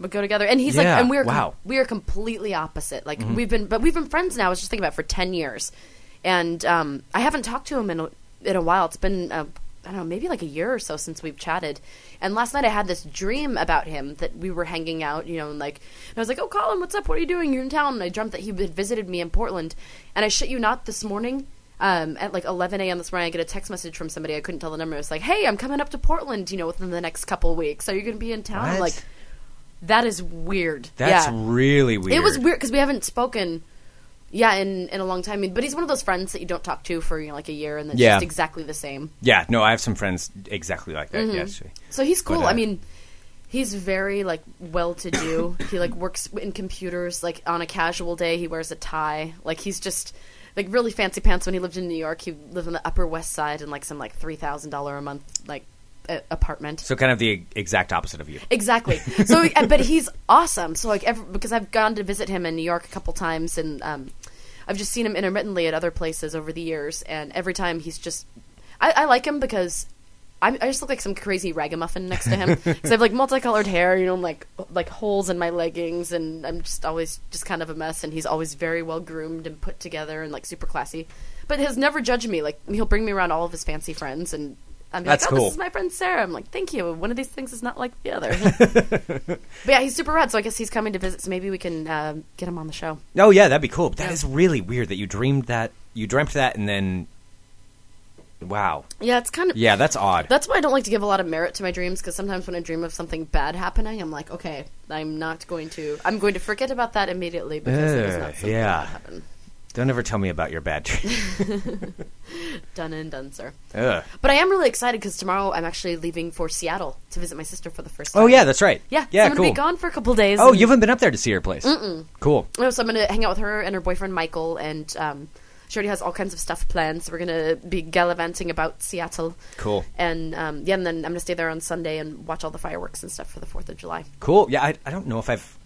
but go together. And he's like,
Yeah,
and we're com-
wow. Mm-hmm.
we are completely opposite. Like we've been, but we've been friends now. I was just thinking about it, for ten years, and um, I haven't talked to him in a, in a while. It's been uh, I don't know, maybe like a year or so since we've chatted. And last night I had this dream about him that we were hanging out, you know, and like and I was like, oh, Colin, what's up? What are you doing? You're in town. And I dreamt that he had visited me in Portland. And I shit you not, this morning. um, at like 11 a.m. this morning, I get a text message from somebody. I couldn't tell the number. It was like, "Hey, I'm coming up to Portland. You know, within the next couple weeks. Are you going to be in town?" I'm
What?
like, that is weird.
that's
yeah.
really weird.
It was weird because we haven't spoken, yeah, in in a long time. But he's one of those friends that you don't talk to for you know, like a year, and it's
Yeah.
just exactly the same.
Yeah, no, I have some friends exactly like
Mm-hmm.
that, yes.
So he's cool.
But, uh,
I mean, he's very like well-to-do. he like works in computers. Like on a casual day, he wears a tie. Like he's just like really fancy pants. When he lived in New York, he lived on the Upper West Side in like some like three thousand dollar a month like a- apartment.
So kind of the exact opposite of you.
Exactly. So, uh, but he's awesome. So, like, every, because I've gone to visit him in New York a couple times, and um, I've just seen him intermittently at other places over the years, and every time he's just, I, I like him because I'm, I just look like some crazy ragamuffin next to him because I have like multicolored hair, you know, and, like like holes in my leggings, and I'm just always just kind of a mess. And he's always very well groomed and put together and like super classy, but has never judged me. Like he'll bring me around all of his fancy friends, and I'm like,
That's
oh,
cool.
this is my friend Sarah. I'm like, thank you. One of these things is not like the other. but yeah, he's super rad. So I guess he's coming to visit. So maybe we can uh, get him on the show.
Oh yeah, that'd be cool. But that
Yeah.
is really weird that you dreamed that you dreamt that and then wow.
Yeah, it's kind of
Yeah, that's odd.
That's why I don't like to give a lot of merit to my dreams because sometimes when I dream of something bad happening, I'm like, okay, I'm not going to. I'm going to forget about that immediately because it was
Ugh,
not something
yeah.
that happened.
Don't ever tell me about your bad dream.
Done and done, sir.
Ugh.
But I am really excited because tomorrow I'm actually leaving for Seattle to visit my sister for the first time.
Oh yeah, that's right.
yeah, so
yeah,
I'm
cool.
gonna be gone for a couple days.
Oh,
and-
you haven't been up there to see her place. Mm-mm. Cool.
No, so I'm gonna hang out with her and her boyfriend Michael, and um, she already has all kinds of stuff planned. So we're gonna be gallivanting about Seattle.
Cool.
And um, yeah, and then I'm gonna stay there on Sunday and watch all the fireworks and stuff for the Fourth of July.
Cool. Yeah, I, I don't know if I've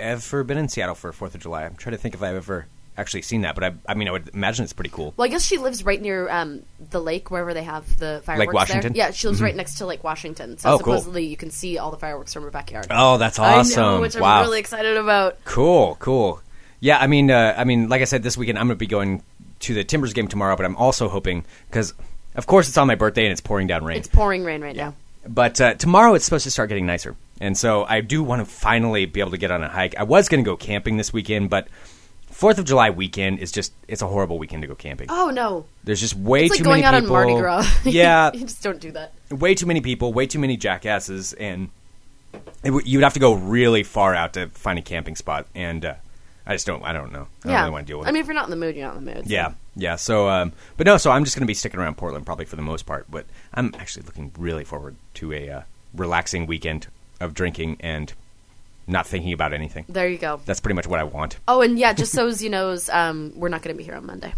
ever been in Seattle for Fourth of July. I'm trying to think if I've ever actually seen that, but I, I mean, I would imagine it's pretty cool.
Well, I guess she lives right near um, the lake, wherever they have the fireworks.
Washington? Mm-hmm.
There. Yeah, she lives right next to Lake Washington. So
Oh, cool.
supposedly you can see all the fireworks from her backyard.
Oh, that's awesome!
I know, which
wow.
I'm really excited about.
Cool, cool. Yeah, I mean, uh, I mean, like I said, this weekend I'm going to be going to the Timbers game tomorrow, but I'm also hoping because, of course, it's on my birthday and it's pouring down rain.
It's pouring rain right now.
But uh, tomorrow it's supposed to start getting nicer, and so I do want to finally be able to get on a hike. I was going to go camping this weekend, but Fourth of July weekend is just—it's a horrible weekend to go camping.
Oh, no.
There's just way
It's like
too
going
many
out
people.
on Mardi Gras.
yeah,
you just don't do that.
way too many people, way too many jackasses, and it w- you'd have to go really far out to find a camping spot. And uh, I just don't, I don't know. I
yeah.
don't really want to deal with
I
it.
mean, if you're not in the mood, you're not in the mood. so-
yeah, yeah. So, um, but no, so I'm just going to be sticking around Portland probably for the most part. But I'm actually looking really forward to a uh, relaxing weekend of drinking and not thinking about anything.
There you go.
That's pretty much what I want.
Oh, and yeah, just so as you knows, um, we're not going to be here on Monday.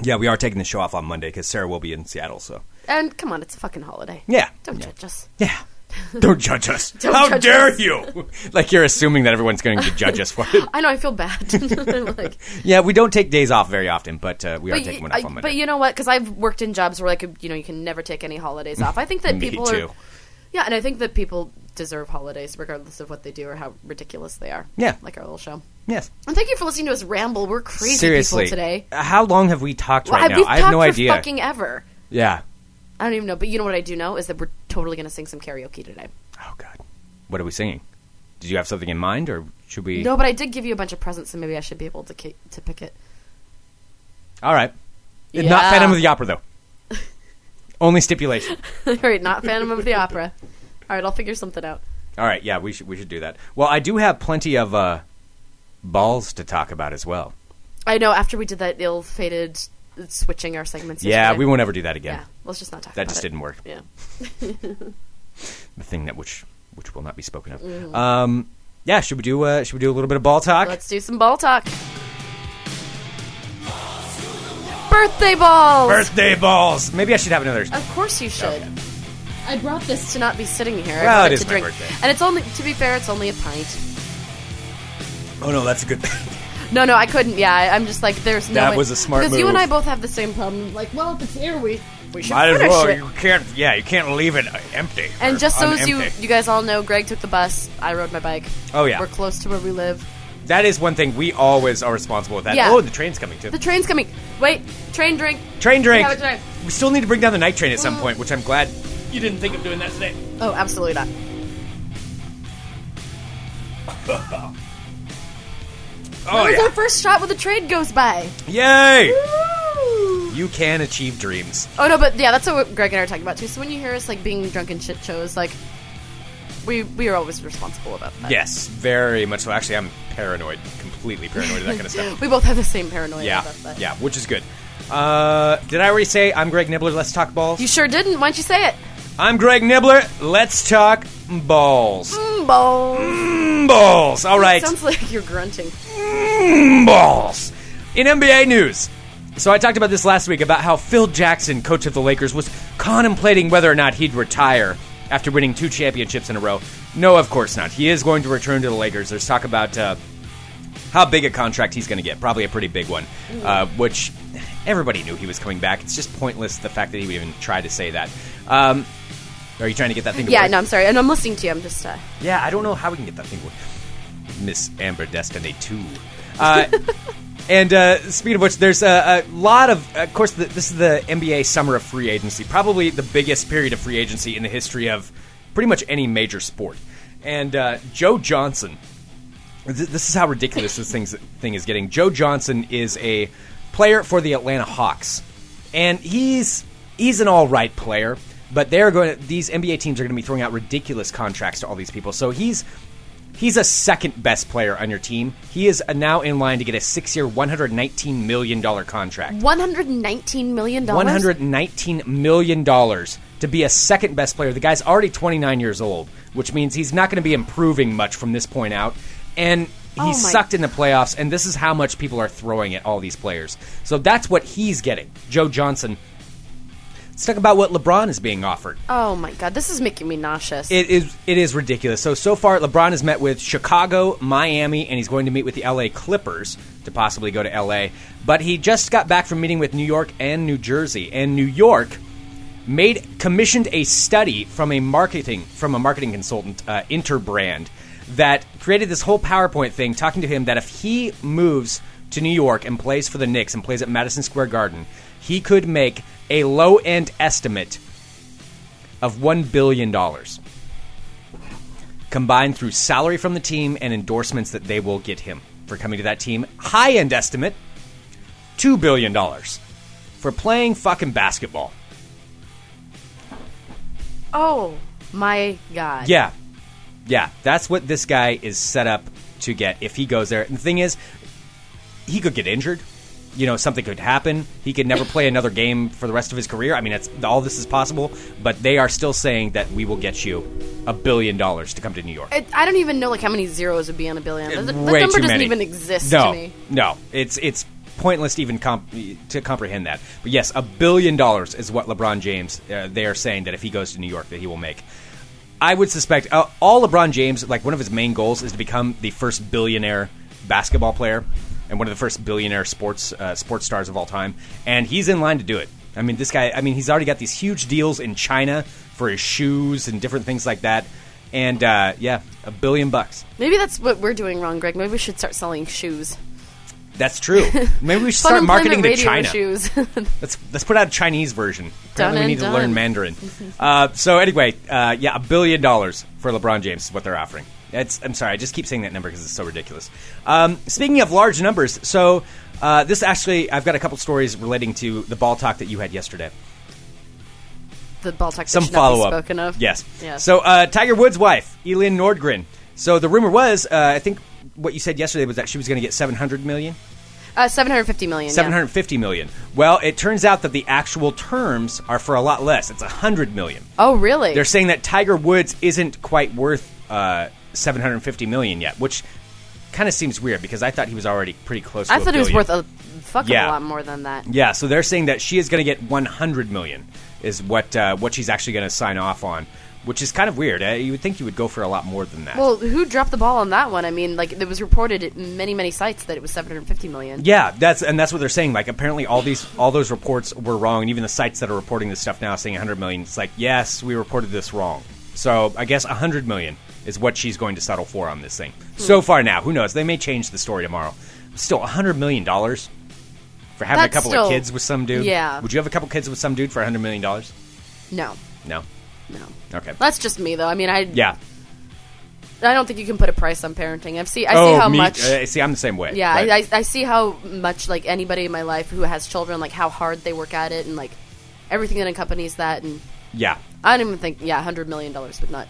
Yeah, we are taking the show off on Monday because Sarah will be in Seattle. So,
And come on, it's a fucking holiday.
yeah,
Don't
yeah.
judge us.
Yeah. Don't judge us.
Don't
How
judge
dare
us.
you? like you're assuming that everyone's going to judge us for it.
I know, I feel bad. like,
Yeah, we don't take days off very often, but uh, we are
But,
taking
y-
one
I-
off on Monday.
but you know what? Because I've worked in jobs where like you know you can never take any holidays off. I think that
Me
people
too.
are yeah, and I think that people deserve holidays regardless of what they do or how ridiculous they are.
Yeah.
like our little show.
yes.
And thank you for listening to us ramble. We're crazy
Seriously.
people today.
How long have we talked
Well,
right now?
We've
I have
talked
no
for
idea.
fucking ever.
Yeah.
I don't even know. But you know what I do know is that we're totally going to sing some karaoke today.
Oh god. What are we singing? Did you have something in mind or should we
No, but I did give you a bunch of presents, so maybe I should be able to ki- to pick it.
All right.
Yeah.
Not Phantom of the Opera though. Only stipulation.
All right, not Phantom of the Opera. All right, I'll figure something out.
All right, yeah, we should we should do that. Well, I do have plenty of uh, balls to talk about as well.
I know. After we did that ill-fated switching our segments.
Yeah,
yesterday.
we won't ever do that again.
Yeah, let's just not talk.
That
about
just
it.
didn't work.
Yeah,
the thing that which which will not be spoken of. Um, yeah, should we do uh, should we do a little bit of ball talk?
Mm-hmm. let's do some ball talk. Birthday balls.
Birthday balls. Maybe I should have another.
of course you should. I brought this to not be sitting here. I
Well,
brought
it is
to
my
drink.
birthday.
And it's only to be fair, it's only a pint.
Oh no, that's a good.
No, no, I couldn't. Yeah, I, I'm just like there's no.
That
way-
was a smart
because you and
move.
I both have the same problem. Like, well, if it's here, we we should
Might as
finish
well.
it.
You can't. Yeah, you can't leave it empty.
And
or
just so as you
unempty.
you guys all know, Greg took the bus. I rode my bike.
Oh, yeah.
we're close to where we live.
that is one thing we always are responsible with. That.
Yeah.
Oh, the train's coming too.
The train's coming. Wait, train drink.
train drink.
have a train.
We still need to bring down the night train at
Mm.
some point, which I'm glad you didn't think of doing that today.
Oh, absolutely not.
Oh
That was our
yeah!
first shot when the train goes by.
Yay! You can achieve dreams.
Oh no, but yeah, that's what Greg and I are talking about too. So when you hear us like being drunk in shit shows, like we we are always responsible about that.
Yes, very much so. Actually, I'm paranoid, completely paranoid of that kind of stuff.
We both have the same paranoia
Yeah,
about that.
yeah, which is good. Uh, did I already say I'm Greg Nibbler? Let's talk balls.
You sure didn't. Why don't you say it?
I'm Greg Nibbler. Let's talk balls.
Mm, balls.
Mm, balls. All right.
Sounds like you're grunting.
Mm, balls. In NBA news. So I talked about this last week about how Phil Jackson, coach of the Lakers, was contemplating whether or not he'd retire after winning two championships in a row. No, of course not. He is going to return to the Lakers. There's talk about uh, how big a contract he's going to get. Probably a pretty big one, uh, which everybody knew he was coming back. It's just pointless the fact that he would even try to say that. Um, Are you trying to get that thing? to
Yeah,
work?
no, I'm sorry. And I'm listening to you. I'm just. Uh,
Yeah, I don't know how we can get that thing. work. Miss Amber Destiny two. Uh, and uh, speaking of which, there's a, a lot of. Of course, the, this is the NBA summer of free agency, probably the biggest period of free agency in the history of pretty much any major sport. And uh, Joe Johnson, th- this is how ridiculous this thing's, thing is getting. Joe Johnson is a player for the Atlanta Hawks, and he's he's an all right player. But they're going. to These NBA teams are going to be throwing out ridiculous contracts to all these people. So he's he's a second best player on your team. He is uh, now in line to get a six year, one hundred nineteen million dollar contract.
119 million dollars.
119 million dollars to be a second best player. The guy's already 29 years old, which means he's not going to be improving much from this point out. And he
Oh my-
sucked in the playoffs and this is how much people are throwing at all these players. So that's what he's getting. Joe Johnson. Let's talk about what LeBron is being offered.
Oh my god, this is making me nauseous.
It is it is ridiculous. So so far, LeBron has met with Chicago, Miami, and he's going to meet with the LA Clippers to possibly go to LA. But he just got back from meeting with New York and New Jersey, and New York made commissioned a study from a marketing from a marketing consultant, uh, Interbrand, that created this whole PowerPoint thing talking to him that if he moves to New York and plays for the Knicks and plays at Madison Square Garden, he could make a low end estimate of $1 billion combined through salary from the team and endorsements that they will get him for coming to that team. High end estimate $2 billion for playing fucking basketball.
oh my god.
Yeah. Yeah. That's what this guy is set up to get if he goes there. And the thing is, he could get injured. You know, something could happen. He could never play another game for the rest of his career. I mean, it's, all this is possible, but they are still saying that we will get you a billion dollars to come to New York.
It, I don't even know like how many zeros would be on a billion. The, the
Way
number
too
doesn't
many.
even exist
no,
to me.
No, it's it's pointless to even comp- to comprehend that. But yes, a billion dollars is what LeBron James uh, they are saying that if he goes to New York that he will make. I would suspect uh, all LeBron James like one of his main goals is to become the first billionaire basketball player and one of the first billionaire sports uh, sports stars of all time, and he's in line to do it. I mean, this guy. I mean, he's already got these huge deals in China for his shoes and different things like that. And uh, yeah, a billion bucks.
Maybe that's what we're doing wrong, Greg. Maybe we should start selling shoes.
That's true. Maybe we should start
Fun employment
marketing to
radio
China.
shoes.
Let's let's put out a Chinese version.
Done
Apparently, we
and
need
done.
to learn Mandarin. uh, so anyway, uh, yeah, a billion dollars for LeBron James is what they're offering. That's I'm sorry, I just keep saying that number because it's so ridiculous. Um, speaking of large numbers, so uh, this actually, I've got a couple stories relating to the ball talk that you had yesterday
the ball talk that
some
should not be
follow up.
spoken of.
Yes.
Yeah.
So uh, Tiger Woods' wife, Elin Nordgren. So the rumor was, uh, I think what you said yesterday was that she was going to get 700 million.
uh, seven hundred fifty million. yeah.
750 million. Well, it turns out that the actual terms are for a lot less. It's 100 million.
Oh really?
They're saying that Tiger Woods isn't quite worth uh, 750 million yet, which kind of seems weird because I thought he was already pretty close to
I
a
thought it was
billion.
worth a fuck
Yeah.
a lot more than that.
Yeah, so they're saying that she is going to get 100 million is what uh, what she's actually going to sign off on, which is kind of weird. Uh, you would think you would go for a lot more than that.
Well, who dropped the ball on that one? I mean, like it was reported at many, many sites that it was seven hundred fifty million.
Yeah, that's and that's what they're saying. Like apparently all these all those reports were wrong, and even the sites that are reporting this stuff now saying 100 million. It's like yes, we reported this wrong. So I guess 100 million is what she's going to settle for on this thing.
Hmm.
So far now, who knows? They may change the story tomorrow. Still 100 million dollars for having
That's
a couple
still-
of kids with some dude.
yeah.
Would you have a couple kids with some dude for 100 million dollars?
No,
No.
no.
Okay.
That's just me though. I mean, I
yeah.
I don't think you can put a price on parenting. I've see I
oh,
see how
me,
much.
uh, see, I'm the same way.
yeah,
but-
I, I, I see how much like anybody in my life who has children, like how hard they work at it, and like everything that accompanies that. And
yeah.
I don't even think yeah, hundred million dollars would not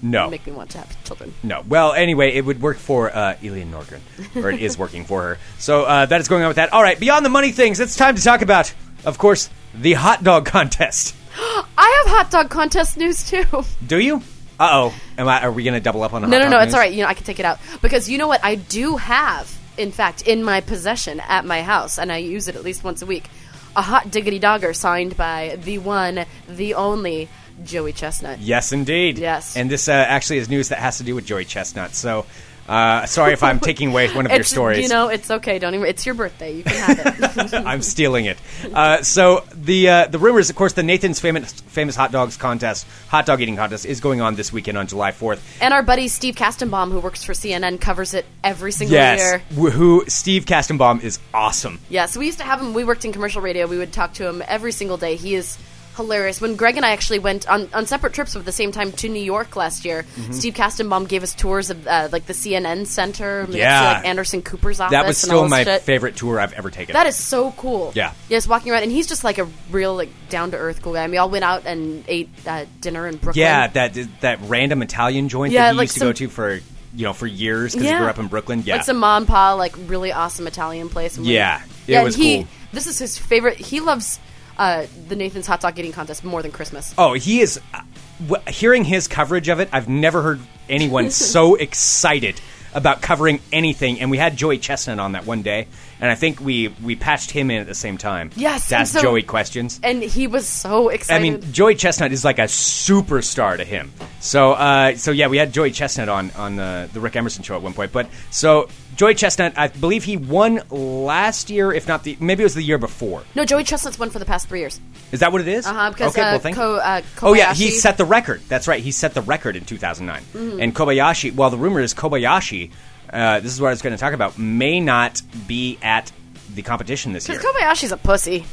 No.
make me want to have children.
No. Well, anyway, it would work for uh, Elian Norgren, or it is working for her. So uh, that is going on with that. All right, beyond the money things, it's time to talk about, of course, the hot dog contest.
I have hot dog contest news too.
Do you? Uh oh. Am I? Are we going to double up on?
no, no, no. It's all right. You know, I can take it out because you know what? I do have, in fact, in my possession at my house, and I use it at least once a week. A hot diggity dogger signed by the one, the only Joey Chestnut.
Yes, indeed.
Yes.
And this uh, actually is news that has to do with Joey Chestnut. So Uh, sorry if I'm taking away one of your
It's,
stories.
You know, it's okay. Don't even. It's your birthday. You can have it.
I'm stealing it. Uh, so the uh, the rumors, of course, the Nathan's famous famous hot dogs contest, hot dog eating contest, is going on this weekend on July 4th.
and our buddy Steve Kastenbaum, who works for CNN, covers it every single
Yes,
year.
wh- who Steve Kastenbaum is awesome.
Yeah, so we used to have him. We worked in commercial radio. We would talk to him every single day. He is hilarious. When Greg and I actually went on, on separate trips at the same time to New York last year,
Mm-hmm.
Steve Kastenbaum gave us tours of uh, like the CNN Center, next to,
Yeah.
like Anderson Cooper's office.
That was
and all
still
this
my
shit.
favorite tour I've ever taken.
That is so cool.
Yeah.
Yes, walking around, and he's just like a real like down to earth cool guy. And we all went out and ate uh, dinner in Brooklyn.
yeah, that that random Italian joint
Yeah,
that he
like
used to
some-
go to for you know for years because he
Yeah.
grew up in Brooklyn. Yeah,
Like some mom and pa, like really awesome Italian place. And we-
Yeah, it
yeah.
was
he,
cool.
This is his favorite. He loves uh, the Nathan's hot dog eating contest more than Christmas.
Oh, he is. uh, w- hearing his coverage of it, I've never heard anyone so excited about covering anything. And we had Joey Chestnut on that one day, and I think we we patched him in at the same time.
Yes,
to
and
ask
so-
Joey questions.
And he was so
I
excited.
mean, Joey Chestnut is like a superstar to him. So, uh, so yeah, we had Joey Chestnut on on the, the Rick Emerson show at one point. But so Joey Chestnut, I believe he won last year, if not the maybe it was the year before.
no, Joey Chestnut's won for the past three years.
Is that what it is?
Uh-huh, because,
okay,
uh,
well, thank
Ko- uh,
oh yeah, he
Kobayashi- Mm-hmm.
set the record. That's right, he set the record in 2009. And Kobayashi, well, the rumor is Kobayashi. Uh, this is what I was going to talk about. May not be at the competition this year.
Because Kobayashi's a pussy.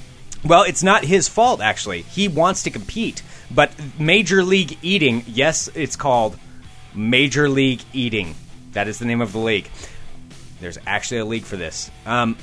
well, it's not his fault actually. He wants to compete, but Major League Eating. Yes, it's called Major League Eating. That is the name of the league. There's actually a league for this. Um,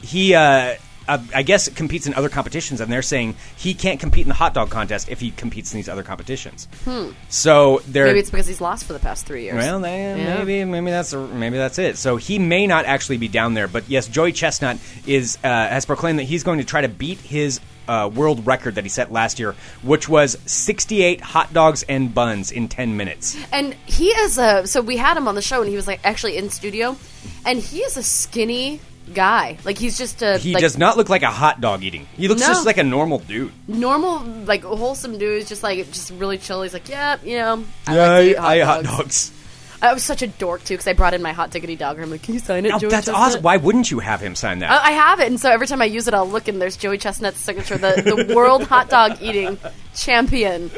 he uh, uh, I guess competes in other competitions, and they're saying he can't compete in the hot dog contest if he competes in these other competitions. Hmm. So they're
Maybe it's because he's lost for the past three years.
well, eh,
Yeah.
maybe maybe that's maybe that's it. So he may not actually be down there, but yes, Joey Chestnut is uh, has proclaimed that he's going to try to beat his uh, world record that he set last year, which was 68 hot dogs and buns in 10 minutes.
And he is a so we had him on the show and he was like actually in studio, and he is a skinny guy. Like he's just a
He
like,
does not look like a hot dog eating. He looks
No.
just like a normal dude.
normal like wholesome dude. Is just like just really chill. He's like, yeah, you know, I
Yeah,
like to eat hot
I
dogs.
dogs.
I was such a dork too because I brought in my hot diggity dog. And I'm like, can you sign it?
Oh,
Joey
that's
Chestnut?" Uh,
awesome. Why wouldn't you have him sign that?
Oh, I I have it, and so every time I use it, I'll look and there's Joey Chestnut's signature, the, the world hot dog eating champion,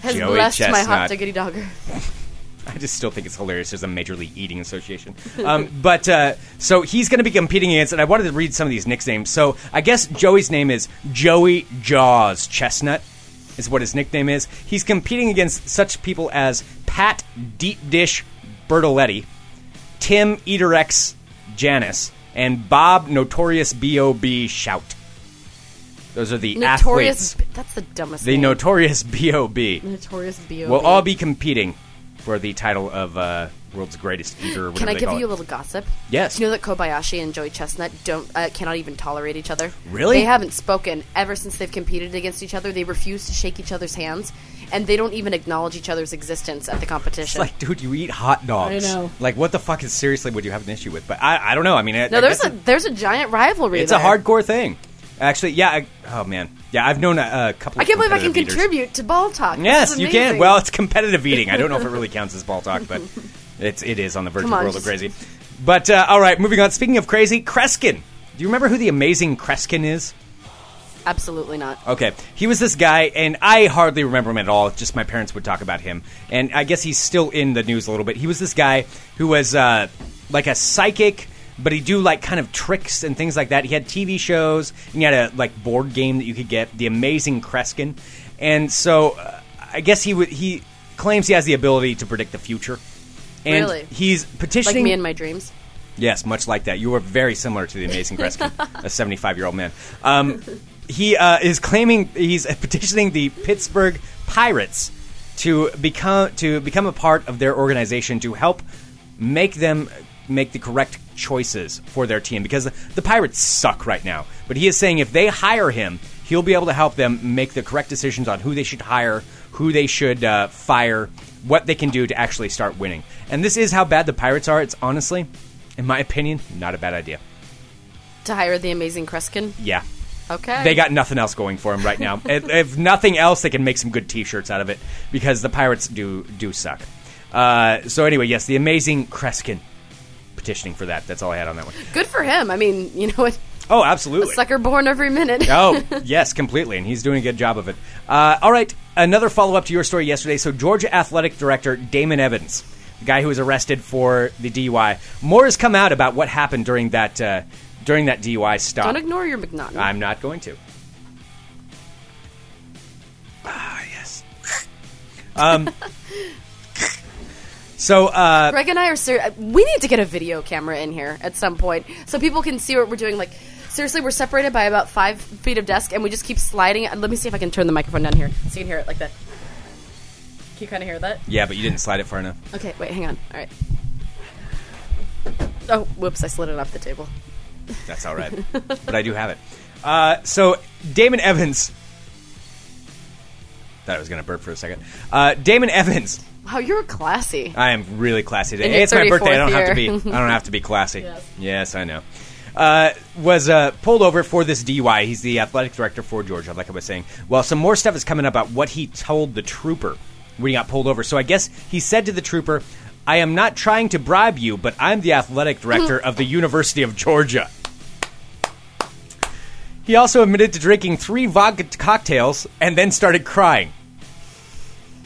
has
Joey
blessed my
Chestnut.
hot diggity dogger.
I just still think it's hilarious. There's a major league eating association. Um, but uh, so he's going to be competing against, and I wanted to read some of these nicknames. So I guess Joey's name is Joey Jaws Chestnut, is what his nickname is. He's competing against such people as Pat Deep Dish Bertoletti, Tim Eaterex Janice, and Bob Notorious B.O.B. Shout. Those are the
Notorious.
athletes.
That's the dumbest.
The
name.
Notorious B.O.B.
Notorious B.O.B.
We'll all be competing for the title of uh, world's greatest eater. Or
Can
whatever
I
they
give
call
you a
it.
little gossip?
Yes.
Do you know that Kobayashi and Joey Chestnut don't uh, cannot even tolerate each other?
Really?
They haven't spoken ever since they've competed against each other. They refuse to shake each other's hands, and they don't even acknowledge each other's existence at the
It's
competition.
like, dude, you eat hot dogs.
I know.
Like, what the fuck is seriously would you have an issue with? But I, I don't know. I mean, I,
no,
I
there's
guess
a there's a giant rivalry.
it's
there.
a hardcore thing. Actually, yeah. I, oh man, yeah. I've known a, a couple.
I can't
of
believe I can
competitive eaters.
contribute to ball talk. This
Yes,
is
you can.
amazing.
Well, it's competitive eating. I don't know if it really counts as ball talk, but it's it is on the verge
Come
of
on,
world of
just-
crazy. But uh, all right, moving on. Speaking of crazy, Kreskin. Do you remember who the amazing Kreskin is?
absolutely not.
Okay, he was this guy, and I hardly remember him at all. Just my parents would talk about him, and I guess he's still in the news a little bit. He was this guy who was uh, like a psychic, but he do like kind of tricks and things like that. He had TV shows, and he had a like board game that you could get, The Amazing Kreskin, and so uh, I guess he would he claims he has the ability to predict the future, and
Really?
he's
Like
petitioning
me and my dreams.
Yes, much like that. You are very similar to the amazing Kreskin, a 75 year old man. Um, he uh, is claiming he's petitioning the Pittsburgh Pirates to become to become a part of their organization to help make them make the correct choices for their team because the Pirates suck right now. But he is saying if they hire him, he'll be able to help them make the correct decisions on who they should hire, who they should uh, fire, what they can do to actually start winning. And this is how bad the Pirates are. It's honestly in my opinion, not a bad idea.
To hire the amazing Kreskin.
Yeah.
Okay.
They got nothing else going for them right now. if, if nothing else, they can make some good T-shirts out of it because the Pirates do do suck. Uh, so anyway, yes, the amazing Kreskin petitioning for that. That's all I had on that one.
Good for him. I mean, you know what?
Oh,
A
absolutely.
sucker born every minute.
oh, yes, completely. And he's doing a good job of it. Uh, all right, another follow up to your story yesterday. So, Georgia athletic director Damon Evans, the guy who was arrested for the DUI, more has come out about what happened during that uh, during that DUI stop.
Don't ignore your McNaughton.
I'm not going to. Ah, yes. um. So, uh,
Greg and I are ser- we need to get a video camera in here at some point so people can see what we're doing. Like seriously, we're separated by about five feet of desk, and we just keep sliding. it. Let me see if I can turn the microphone down here so you can hear it like that. Can you kind of hear that?
yeah, but you didn't slide it far enough.
Okay, wait, hang on. All right. Oh, whoops! I slid it off the table.
That's all right. but I do have it. Uh, so Damon Evans. Thought I was going to burp for a second. Uh, Damon Evans.
Wow, you're classy.
I am really classy today.
In your
Hey, it's my birthday. I
34th
don't have to be.
year.
I don't have to be classy.
Yes.
I know. Uh, was uh, pulled over for this DUI. He's the athletic director for Georgia, like I was saying. Well, some more stuff is coming up about what he told the trooper when he got pulled over. So I guess he said to the trooper, "I am not trying to bribe you, but I'm the athletic director of the University of Georgia." He also admitted to drinking three vodka cocktails and then started crying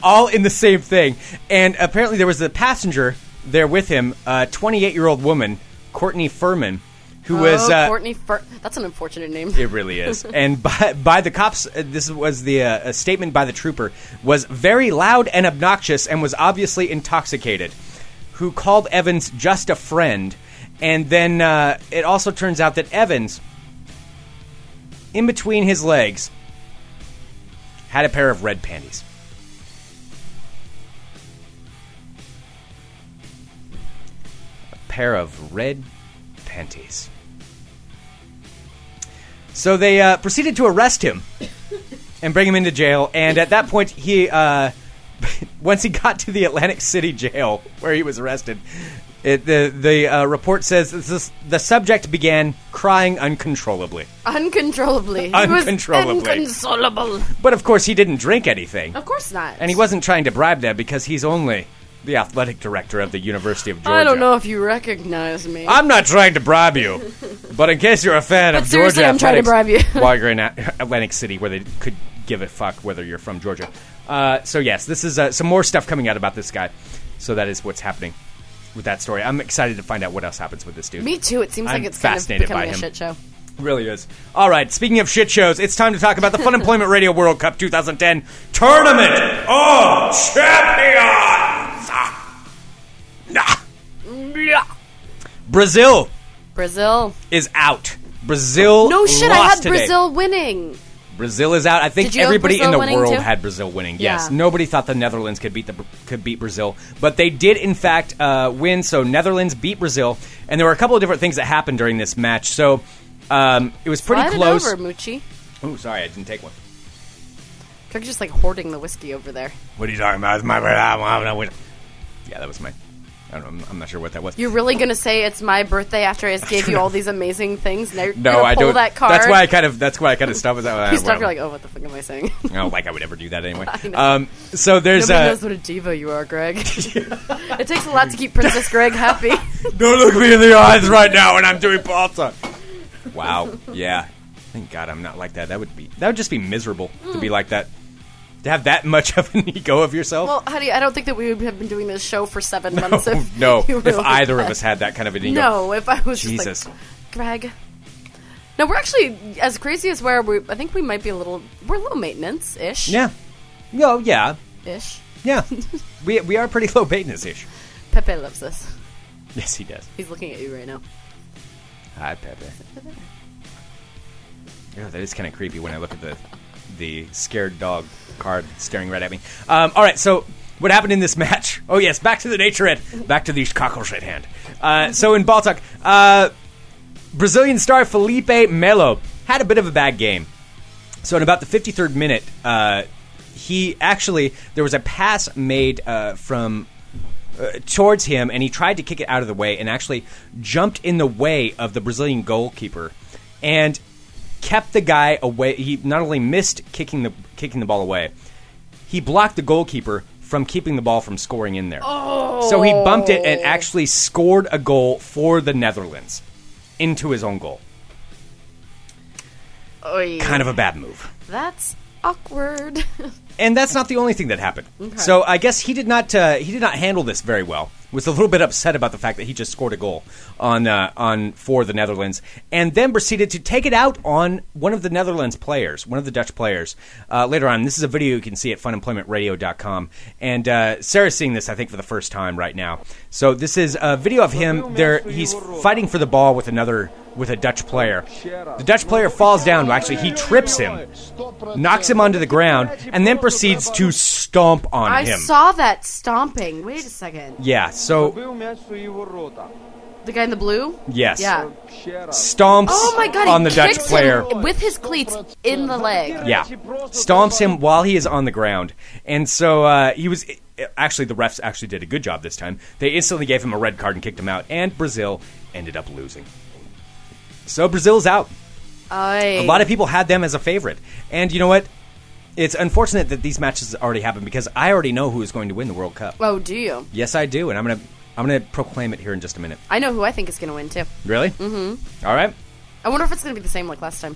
all in the same thing. And apparently, there was a passenger there with him, a 28 year old woman, Courtney Furman, who was.
oh,
Uh,
Courtney? Fir- That's an unfortunate name.
it really is. and by, by the cops, uh, this was the uh, a statement by the trooper was very loud and obnoxious, and was obviously intoxicated. Who called Evans just a friend? And then uh, it also turns out that Evans, in between his legs, had a pair of red panties. A pair of red panties. So they uh, proceeded to arrest him and bring him into jail. And at that point, he uh, once he got to the Atlantic City jail where he was arrested, it, the the uh, report says this is- the subject began crying uncontrollably.
Uncontrollably. He
Uncontrollably.
Was inconsolable.
But of course, he didn't drink anything,
Of course not.
and he wasn't trying to bribe them because he's only the athletic director of the University of Georgia.
I don't know if you recognize me.
I'm not trying to bribe you, but in case you're a fan
But
of
seriously,
Georgia
I'm trying to
athletics,
bribe you.
while you're in At- Atlantic City, where they could give a fuck whether you're from Georgia. Uh, so yes, this is uh, some more stuff coming out about this guy. So that is what's happening with that story. I'm excited to find out what else happens with this dude.
me too. It seems
I'm
like it's kind of
fascinated by
becoming a
him.
shit show.
Really is. All right. Speaking of shit shows, it's time to talk about the Fun Employment Radio World Cup 2010 tournament. Oh, champions! Ah. Nah.
Mm,
Brazil
Brazil.
is out. Brazil.
No shit, I
lost
had
today.
Brazil winning.
Brazil is out. I think
Did you have
everybody
Brazil
in the
winning
world
too?
had Brazil winning. Yes,
Yeah.
nobody thought the Netherlands could beat the could beat Brazil, but they did in fact uh, win. So Netherlands beat Brazil, and there were a couple of different things that happened during this match. So um, it was pretty
Slide it
close.
over, Moochie.
Oh, sorry, I didn't take one.
They're just like hoarding the whiskey over there.
What are you talking about? It's my Yeah, that was my. I don't know. I'm not sure what that was.
You're really gonna say it's my birthday after I just gave you all these amazing things? Now you're
no,
gonna
I
pull
don't.
that card.
That's why I kind of. That's why I kind of stopped. with that.
you
Well,
stop. You're like, oh, what the fuck am I saying? Nobody
no, like I would ever do that anyway.
I know.
Um, so there's a.
knows what a diva you are, Greg. it takes a lot to keep Princess Greg happy.
Don't look me in the eyes right now when I'm doing salsa. Wow. Yeah. Thank God I'm not like that. That would be that would just be miserable to be like that. To have that much of an ego of yourself. Oh,
well, honey, I don't think that we would have been doing this show for seven months if
no.
you were
If
like
either of
that.
us had that kind of an ego.
No, if I was
Jesus.
just like, Greg. No, we're actually as crazy as where we. I think we might be a little. We're low maintenance ish.
Yeah. No, yeah.
Ish.
Yeah. we we are pretty low maintenance ish.
Pepe loves us.
Yes, he does.
He's looking at you right now.
Hi, Pepe. Yeah, that is kind of creepy when I look at the the scared dog card staring right at me. Um, all right, so what happened in this match? Oh yes, back to the nature end, back to the cockles at hand. Uh, so in Baltic, uh, Brazilian star Felipe Melo had a bit of a bad game. So in about the 53rd minute, uh, he actually there was a pass made uh, from uh, towards him, and he tried to kick it out of the way, and actually jumped in the way of the Brazilian goalkeeper, and kept the guy away. He not only missed kicking the kicking the ball away, he blocked the goalkeeper from keeping the ball from scoring in there. So he bumped it and actually scored a goal for the Netherlands into his own goal.
Oy.
Kind of a bad move.
That's awkward.
and that's not the only thing that happened. So I guess he did not uh, he did not handle this very well. Was a little bit upset about the fact that he just scored a goal on uh, on for the Netherlands, and then proceeded to take it out on one of the Netherlands players, one of the Dutch players. Uh, later on, this is a video you can see at FunEmploymentRadio.com, and uh, Sarah's seeing this I think for the first time right now. So this is a video of him. There, he's fighting for the ball with another with a Dutch player. The Dutch player falls down. Well, actually, he trips him, knocks him onto the ground, and then proceeds to stomp on
I
him.
saw that stomping. Wait a second.
yeah, so
Был мяч в свои ворота.
The guy in the blue?
yes.
Yeah.
Вчера.
Stomps
Oh my god,
on
he
the Dutch
kicks
player.
him with his cleats in the leg.
Yeah. Stomps him while he is on the ground. And so uh, he was actually the refs actually did a good job this time. They instantly gave him a red card and kicked him out and Brazil ended up losing. So Brazil's out. A lot of people had them as a favorite. And you know what? It's unfortunate that these matches already happened because I already know who is going to win the World Cup.
Oh, do you?
Yes, I do, and I'm gonna I'm gonna proclaim it here in just a minute.
I know who I think is going to win too.
Really? Mm-hmm. All right.
I wonder if it's going to be the same like last time.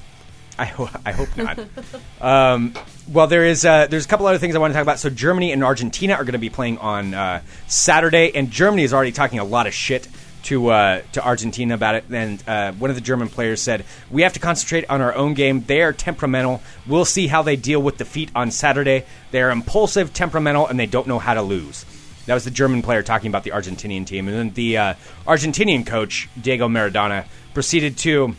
I, ho- I hope not. um, well, there is uh, there's a couple other things I want to talk about. So Germany and Argentina are going to be playing on uh, Saturday, and Germany is already talking a lot of shit to uh, to Argentina about it. And uh, one of the German players said, "We have to concentrate on our own game. They are temperamental. We'll see how they deal with defeat on Saturday. They are impulsive, temperamental, and they don't know how to lose." That was the German player talking about the Argentinian team, and then the uh, Argentinian coach Diego Maradona proceeded to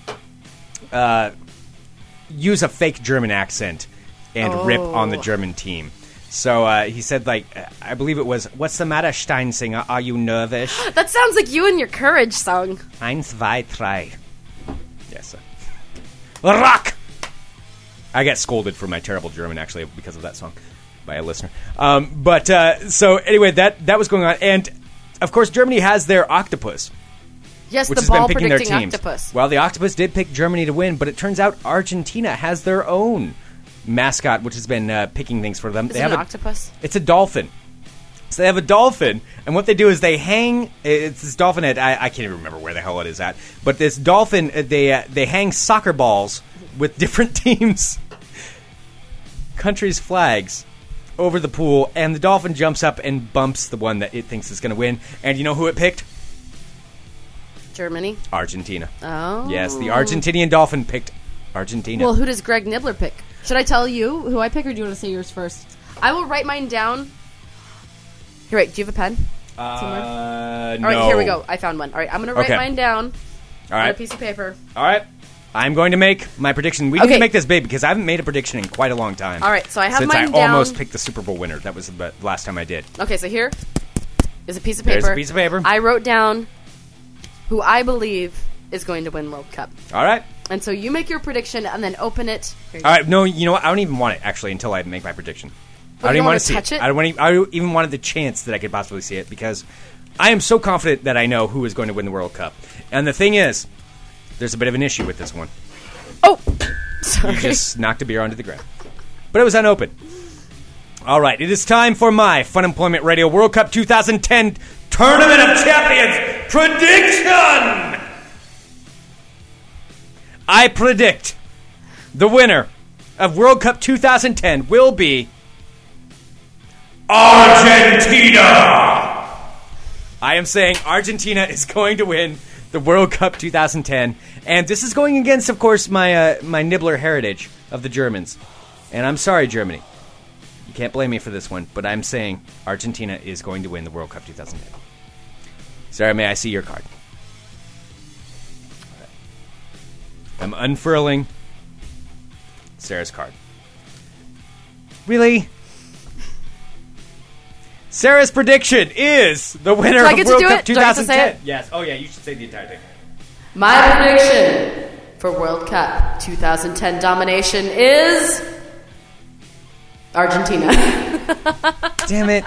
use a fake German accent and rip on the German team. So uh, he said, like, I believe it was, "What's the matter, Steinsinger? Are you nervous?"
That sounds like you and your courage song.
Eins, zwei, drei. Yes. sir. Rock. I got scolded for my terrible German actually because of that song by a listener. Um, but uh, so anyway, that that was going on, and of course Germany has their octopus
Yes,
which
the
has been
ball
picking their
predicting
teams.
octopus.
Well, the octopus did pick Germany to win, but it turns out Argentina has their own mascot, which has been uh, picking things for them.
Is
they
it
have
an
a-
octopus?
It's a dolphin. So they have a dolphin, and what they do is they hang. It's this dolphin at I, I can't even remember where the hell it is at, but this dolphin uh, they uh, they hang soccer balls with different teams, countries' flags over the pool, and the dolphin jumps up and bumps the one that it thinks is going to win. And you know who it picked?
Germany.
Argentina.
Oh.
Yes, the Argentinian dolphin picked Argentina.
Well, who does Greg Nibbler pick? Should I tell you who I pick, or do you want to say yours first? I will write mine down. You're right. Do you have a pen? somewhere?
uh, no.
All right, here we go. I found one. All right, I'm gonna write
Okay.
mine down
All
on a
right.
piece of paper.
All right. I'm going to make my prediction. We need
Okay.
to make this big because I haven't made a prediction in quite a long time.
All right, so I have
Since
mine
I
down.
almost picked the Super Bowl winner. That was the b- last time I did.
Okay, so here is a piece of paper.
There's a piece of paper.
I wrote down who I believe is going to win World Cup,
All right.
and so you make your prediction and then open it. Here you
All right. No, you know what? I don't even want it actually until I make my prediction.
you
I don't
don't
even
wanna
want to see
touch it?
I don't want. to- I don't even wanted the chance that I could possibly see it because I am so confident that I know who is going to win the World Cup. And the thing is, there's a bit of an issue with this one.
go. Oh, sorry.
just knocked a beer onto the ground. But it was unopened. All right, it is time for my Fun Employment Radio World Cup 2010 Tournament of Champions prediction. I predict the winner of World Cup 2010 will be Argentina. I am saying Argentina is going to win the World Cup 2010, and this is going against, of course, my uh, my nibbler heritage of the Germans. And I'm sorry, Germany, you can't blame me for this one, but I'm saying Argentina is going to win the World Cup 2010. Sarah, may I see your card? I'm unfurling Sarah's card. Really? Sarah's prediction is the winner
Do I
of
get to
World
do
Cup
it? Do I get to say
2010.
it?
Yes. Oh yeah, you should say the entire thing.
My prediction for World Cup 2010 domination is Argentina.
Damn it.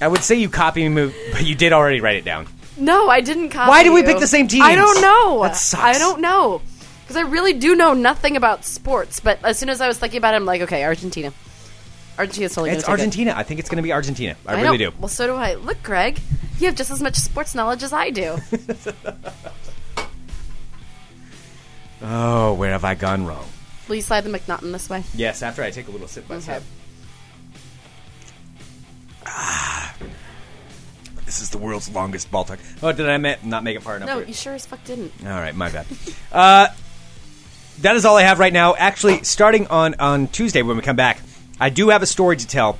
I would say you copy me, but you did already write it down.
no, I didn't copy.
Why did we
you.
pick the same teams?
I don't know.
That sucks.
I don't know because I really do know nothing about sports. But as soon as I was thinking about it, I'm like, okay, Argentina. Argentina's totally
It's
gonna take it.
Argentina. I think it's going to be Argentina. I,
know.
really do.
Well, so do I. Look, Greg, you have just as much sports knowledge as I do.
Oh, where have I gone wrong?
Will you slide the McNaughton this way? Mm-hmm.
Yes, after I take a little sip
Okay.
myself. This is the world's longest ball talk. Oh, did I ma- not make it far enough?
No,
for you?
you sure as fuck didn't.
All right, my bad. uh, that is all I have right now. Actually, starting on on Tuesday when we come back, I do have a story to tell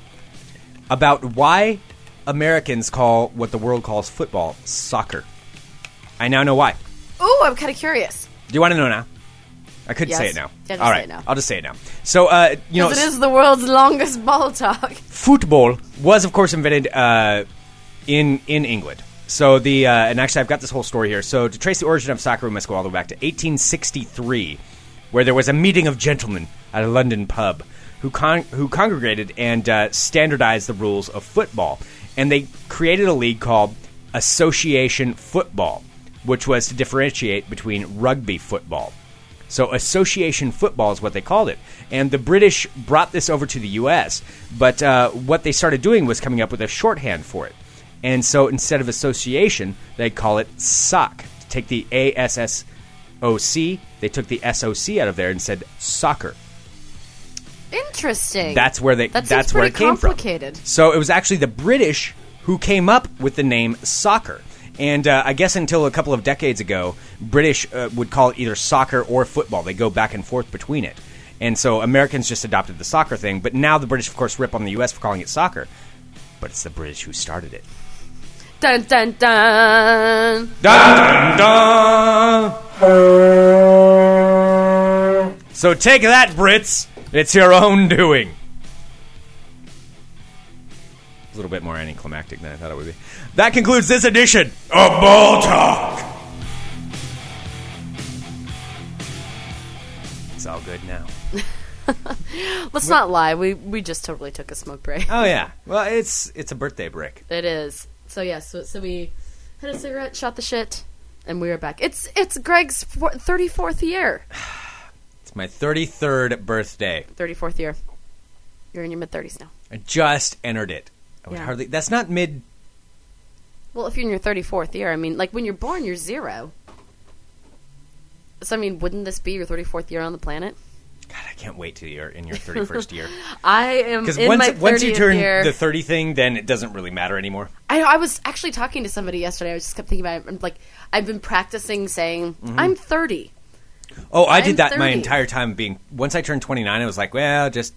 about why Americans call what the world calls football soccer. I now know why. Do
Ooh, I'm kind of curious.
you want to know now? I couldn't
Yes.
say it now.
Yeah, just
all
say
right,
it now.
I'll just say it now. So, uh, you know,
Because it is the world's longest ball talk.
football was, of course, invented uh, in in England. So the uh, and actually, I've got this whole story here. So to trace the origin of soccer, we must go all the way back to 1863, where there was a meeting of gentlemen at a London pub who con- who congregated and uh, standardized the rules of football, and they created a league called Association Football, which was to differentiate between rugby football. So association football is what they called it. And the British brought this over to the U.S., but uh, what they started doing was coming up with a shorthand for it. And so instead of association, they call it SOC. Take the A S S O C, they took the S O C out of there and said soccer.
Interesting.
That's where they.
That seems
that's where it
pretty
came
complicated.
from. So it was actually the British who came up with the name soccer. And uh, I guess until a couple of decades ago, British uh, would call it either soccer or football. They go back and forth between it. And so Americans just adopted the soccer thing. But now the British, of course, rip on the U.S. for calling it soccer. But it's the British who started it.
Dun dun dun.
Dun, dun, dun. So take that, Brits. It's your own doing. A little bit more anticlimactic than I thought it would be. That concludes this edition of Ball Talk. It's all good now.
Let's not lie. We we just totally took a smoke break.
Oh yeah. Well, it's it's a birthday break.
It is. So yeah. So so we had a cigarette, shot the shit, and we are back. It's it's Greg's thirty fourth year.
It's my 33rd birthday.
Thirty fourth year. You're in your mid thirties now.
I just entered it. I would
Yeah.
hardly. That's not mid
Well, if you're in your 34th year, I mean, like when you're born, you're zero. So, I mean, wouldn't this be your 34th year on the planet?
God, I can't wait till you're in your 31st year.
I am
Because
in
once,
my
once you
30th
turn
year.
the 30 thing, then it doesn't really matter anymore.
I know. I was actually talking to somebody yesterday. I was just kept thinking about it. I'm like, I've been practicing saying
Mm-hmm.
I'm 30.
Oh, I
I'm
did that my
30.
entire time being. Once I turned 29, I was like, well, just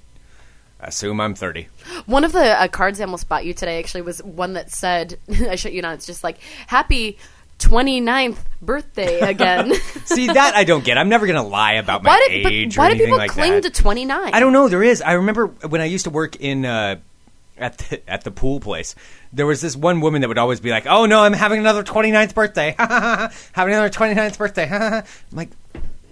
assume I'm 30.
One of the uh, cards I almost bought you today actually was one that said, "I shut you down." It's just like happy 29th birthday again.
See, that I don't get. I'm never going to lie about my
why did but
age or
why do
anything
people
like
cling
that.
to 29?
I don't know. There is. I remember when I used to work in uh, at the, at the pool place. There was this one woman that would always be like, "Oh no, I'm having another 29th birthday. having another 29th birthday." I'm like,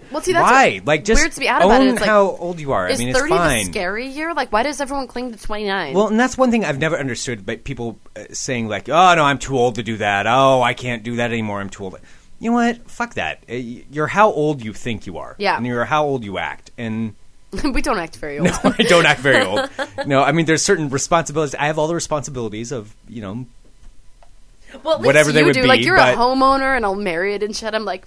Well, see, that's
why?
what-
like, just
weird to be out about
own
it. It's like,
how old you are.
Is
I mean, it's
30
fine.
the scary year? Like, why does everyone cling to 29?
Well, and that's one thing I've never understood. But people uh, saying like, "Oh no, I'm too old to do that. Oh, I can't do that anymore. I'm too old." You know what? Fuck that. Uh, y- You're how old you think you are.
Yeah.
And you're how old you act. And
we don't act very old.
I don't act very old. No, I mean there's certain responsibilities. I have all the responsibilities of you know.
well, at least
whatever they
you
would
do.
be,
like, you're
but-
a homeowner and all married and shit. I'm like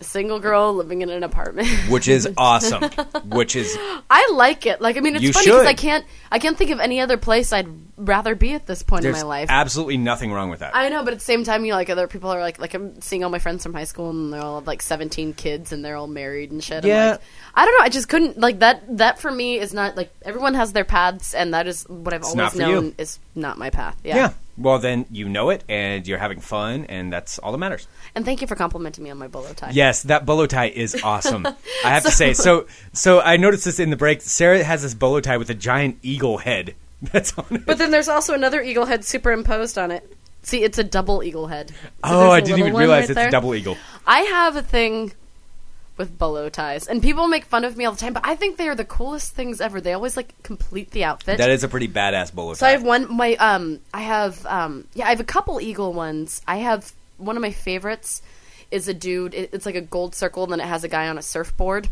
a single girl living in an apartment.
Which is awesome. Which is
I like it. Like, I mean, it's
You
funny because I
should.
can't. I can't think of any other place I'd rather be at this point in
there's
my life.
absolutely nothing wrong with that.
I know, but at the same time, you know, like other people are like, like I'm seeing all my friends from high school, and they're all like 17 kids, and they're all married and shit. I'm
Yeah.
like, I don't know. I just couldn't like that. That for me is not like everyone has their paths, and that is what I've
not
always
for you.
known is not my path. Yeah.
yeah. Well, then you know it, and you're having fun, and that's all that matters.
And thank you for complimenting me on my bolo tie.
Yes, that bolo tie is awesome. I have to say. So, so I noticed this in the break. Sarah has this bolo tie with a giant eagle head that's on it.
But then there's also another eagle head superimposed on it. See, it's a double eagle head. So
oh,
there's
I
a
didn't
little
even
one
realize
right
it's
there.
a double e- eagle.
I have a thing with bolo ties, and people make fun of me all the time, but I think they are the coolest things ever. They always like complete the outfit.
That is a pretty badass bolo tie.
So I have one. My um, I have um, yeah, I have a couple eagle ones. I have one of my favorites is a dude. It, it's like a gold circle, and then it has a guy on a surfboard,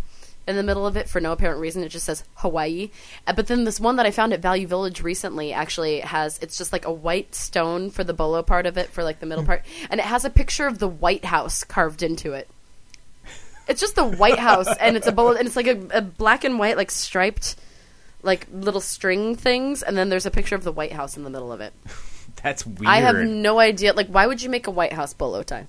in the middle of it for no apparent reason. It just says Hawaii. Uh, But then this one that I found at Value Village recently actually has it's just like a white stone for the bolo part of it for like the middle part, and it has a picture of the White House carved into it. It's just the White House, and it's a bullet, and it's like a, a black and white, like striped, like little string things, and then there's a picture of the White House in the middle of it.
That's weird.
I have no idea. Like, why would you make a White House bolo tie?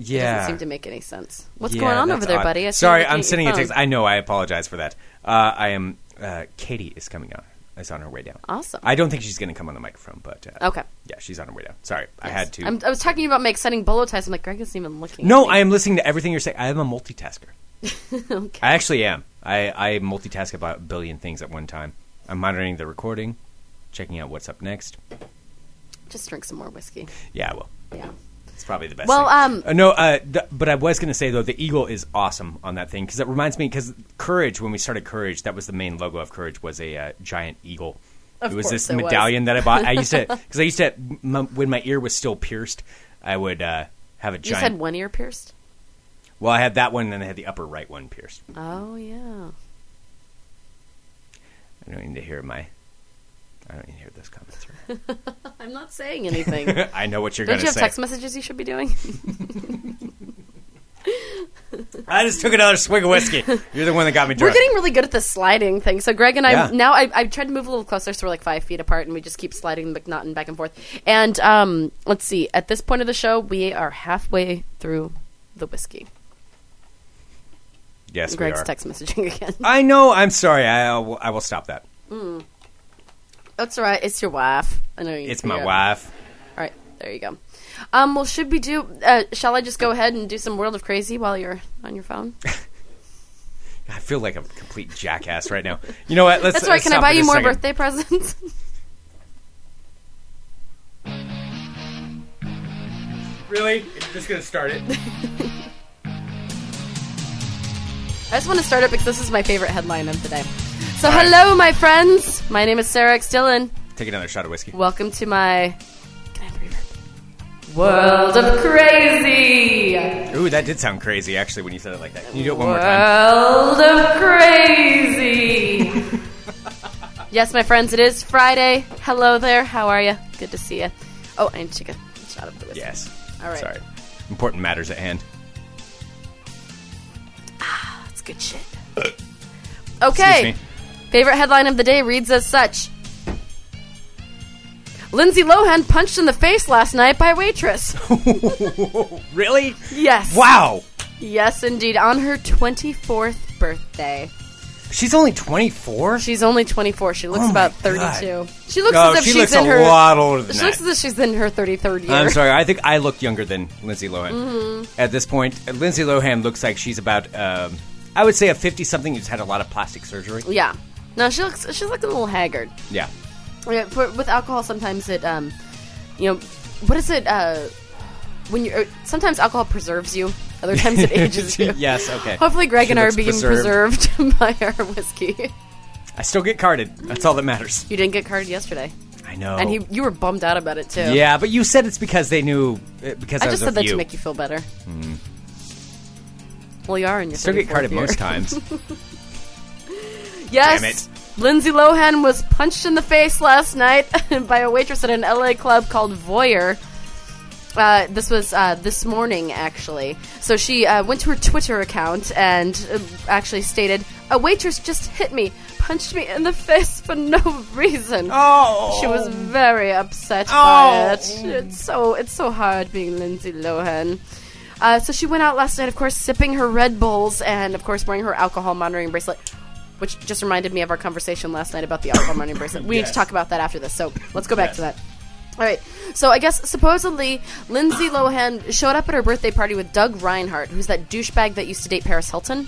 yeah.
Doesn't seem to make any sense. What's
Yeah,
going on
that's
over there,
odd.
buddy? I see
Sorry,
you're looking
I'm
at your
sending a
phone.
text. I know. I apologize for that. Uh, I am. Uh, Katie is coming on. Is on her way down.
Awesome.
I don't think she's going to come on the microphone, but uh,
Uh. Okay.
Yeah, she's on her way down. Sorry, I
Yes.
had to.
I'm, I was talking about make setting bolo ties. I'm like, Greg isn't even looking.
no,
at
I
me.
am listening to everything you're saying. I am a multitasker.
okay.
I actually am. I, I multitask about a billion things at one time. I'm monitoring the recording, checking out what's up next.
Just drink some more whiskey.
Yeah, well,
Yeah.
it's probably the best.
Well,
thing.
um-
Uh, no, uh, th- but I was going to say though, the eagle is awesome on that thing because it reminds me because Courage, when we started Courage, that was the main logo of Courage was a uh, giant eagle.
Of
it was
course
this
it was.
medallion that I bought. I used to because I used to m- when my ear was still pierced, I would uh, have a
You
giant.
said one ear pierced.
well, I had that one, and then I had the upper right one pierced.
Oh yeah.
I don't need to hear my. I don't need to hear those comments. right now.
I'm not saying anything.
I know what you're
Don't
going to
you have
say.
text messages you should be doing?
I just took another swig of whiskey. You're the one that got me
We're
drunk.
getting really good at the sliding thing. So Greg and I
Yeah.
now I, I tried to move a little closer, so we're like five feet apart, and we just keep sliding the McNaughton back and forth. And um, let's see, at this point of the show, we are halfway through the whiskey.
yes, we
Greg's
are.
text messaging again.
I know. I'm sorry. I, I, will, I will stop that.
That's all right. It's your wife. I know. You
It's my
yeah.
wife.
All right, there you go. Um, well, should we do? Uh, shall I just go ahead and do some World of Crazy while you're on your phone?
I feel like a complete jackass right now. You know what? Let's.
That's all right.
let's
Can I
stop
buy
for
you
just
more
a second.
birthday presents?
Really? Just gonna start it.
I just want to start it because this is my favorite headline of the day. So,
All right.
hello, my friends. My name is Sarah X. Dillon.
Take another shot of whiskey.
Welcome to my. Can I have the reverb? World of Crazy!
Ooh, that did sound crazy actually when you said it like that. Can you do it one more time?
World of Crazy! yes, my friends, it is Friday. Hello there. How are you? Good to see you. Oh, I need to take a shot of the whiskey.
Yes.
All right.
Sorry. Important matters at hand.
That's good shit. okay.
Excuse me.
Favorite headline of the day reads as such Lindsay Lohan punched in the face last night by waitress.
Really?
Yes.
Wow.
Yes, indeed. On her 24th birthday.
She's only 24.
She's only 24. She looks
Oh my
about
God.
32. She looks
No,
as
Oh,
if
she
she's
looks
in
a
her.
lot older than
she
that.
looks as if she's in her Mm-hmm. 33rd year.
I'm sorry. I think I look younger than Lindsay Lohan. At this point, Uh, Lindsay Lohan looks like she's about, um, I would say, a 50 something who's had a lot of plastic surgery.
Yeah. No, she looks. She's looking a little haggard.
Yeah.
Yeah, for, with alcohol, sometimes it, um, you know, what is it? Uh, when you er, sometimes alcohol preserves you, other times it ages you.
yes, okay.
Hopefully, Greg
She
and I are
looks
being
preserved.
preserved, by our whiskey.
I still get carded. That's all that matters.
You didn't get carded yesterday,
I know.
and he, you were bummed out about it too.
Oh. Yeah, but you said it's because they knew. uh, Because I,
I just
was with
said that
you. Hmm.
to make you feel better. Well, you are in your
Still get
34th
carded
year.
most times.
Yes.
Damn it.
Lindsay Lohan was punched in the face last night by a waitress at an LA club called Voyeur. Uh, this was uh, this morning, actually. So she uh, went to her Twitter account and uh, actually stated, "A waitress just hit me, punched me in the face for no reason."
oh,
She was very upset by it. It's so it's so hard being Lindsay Lohan. Uh, so she went out last night, of course, sipping her Red Bulls and, of course, wearing her alcohol monitoring bracelet, which just reminded me of our conversation last night about the alcohol monitoring bracelet. We need
Yes.
to talk about that after this, so let's go back
Yes.
to that. All right. So I guess supposedly Lindsay Lohan showed up at her birthday party with Doug Reinhardt, who's that douchebag that used to date Paris Hilton.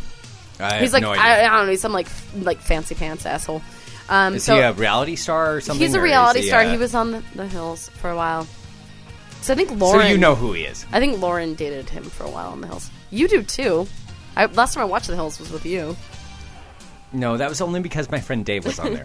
I have
He's like
no
I, I
idea.
don't know, he's some like f- like fancy pants asshole. Um,
is
so
he a reality star or something?
He's a
or is
reality
he,
star.
uh,
He was on the, the Hills for a while. So I think
So
Lauren.
you know who he is.
I think Lauren dated him for a while on the Hills. You do too. I, last time I watched the Hills was with you.
No, that was only because my friend Dave was on there.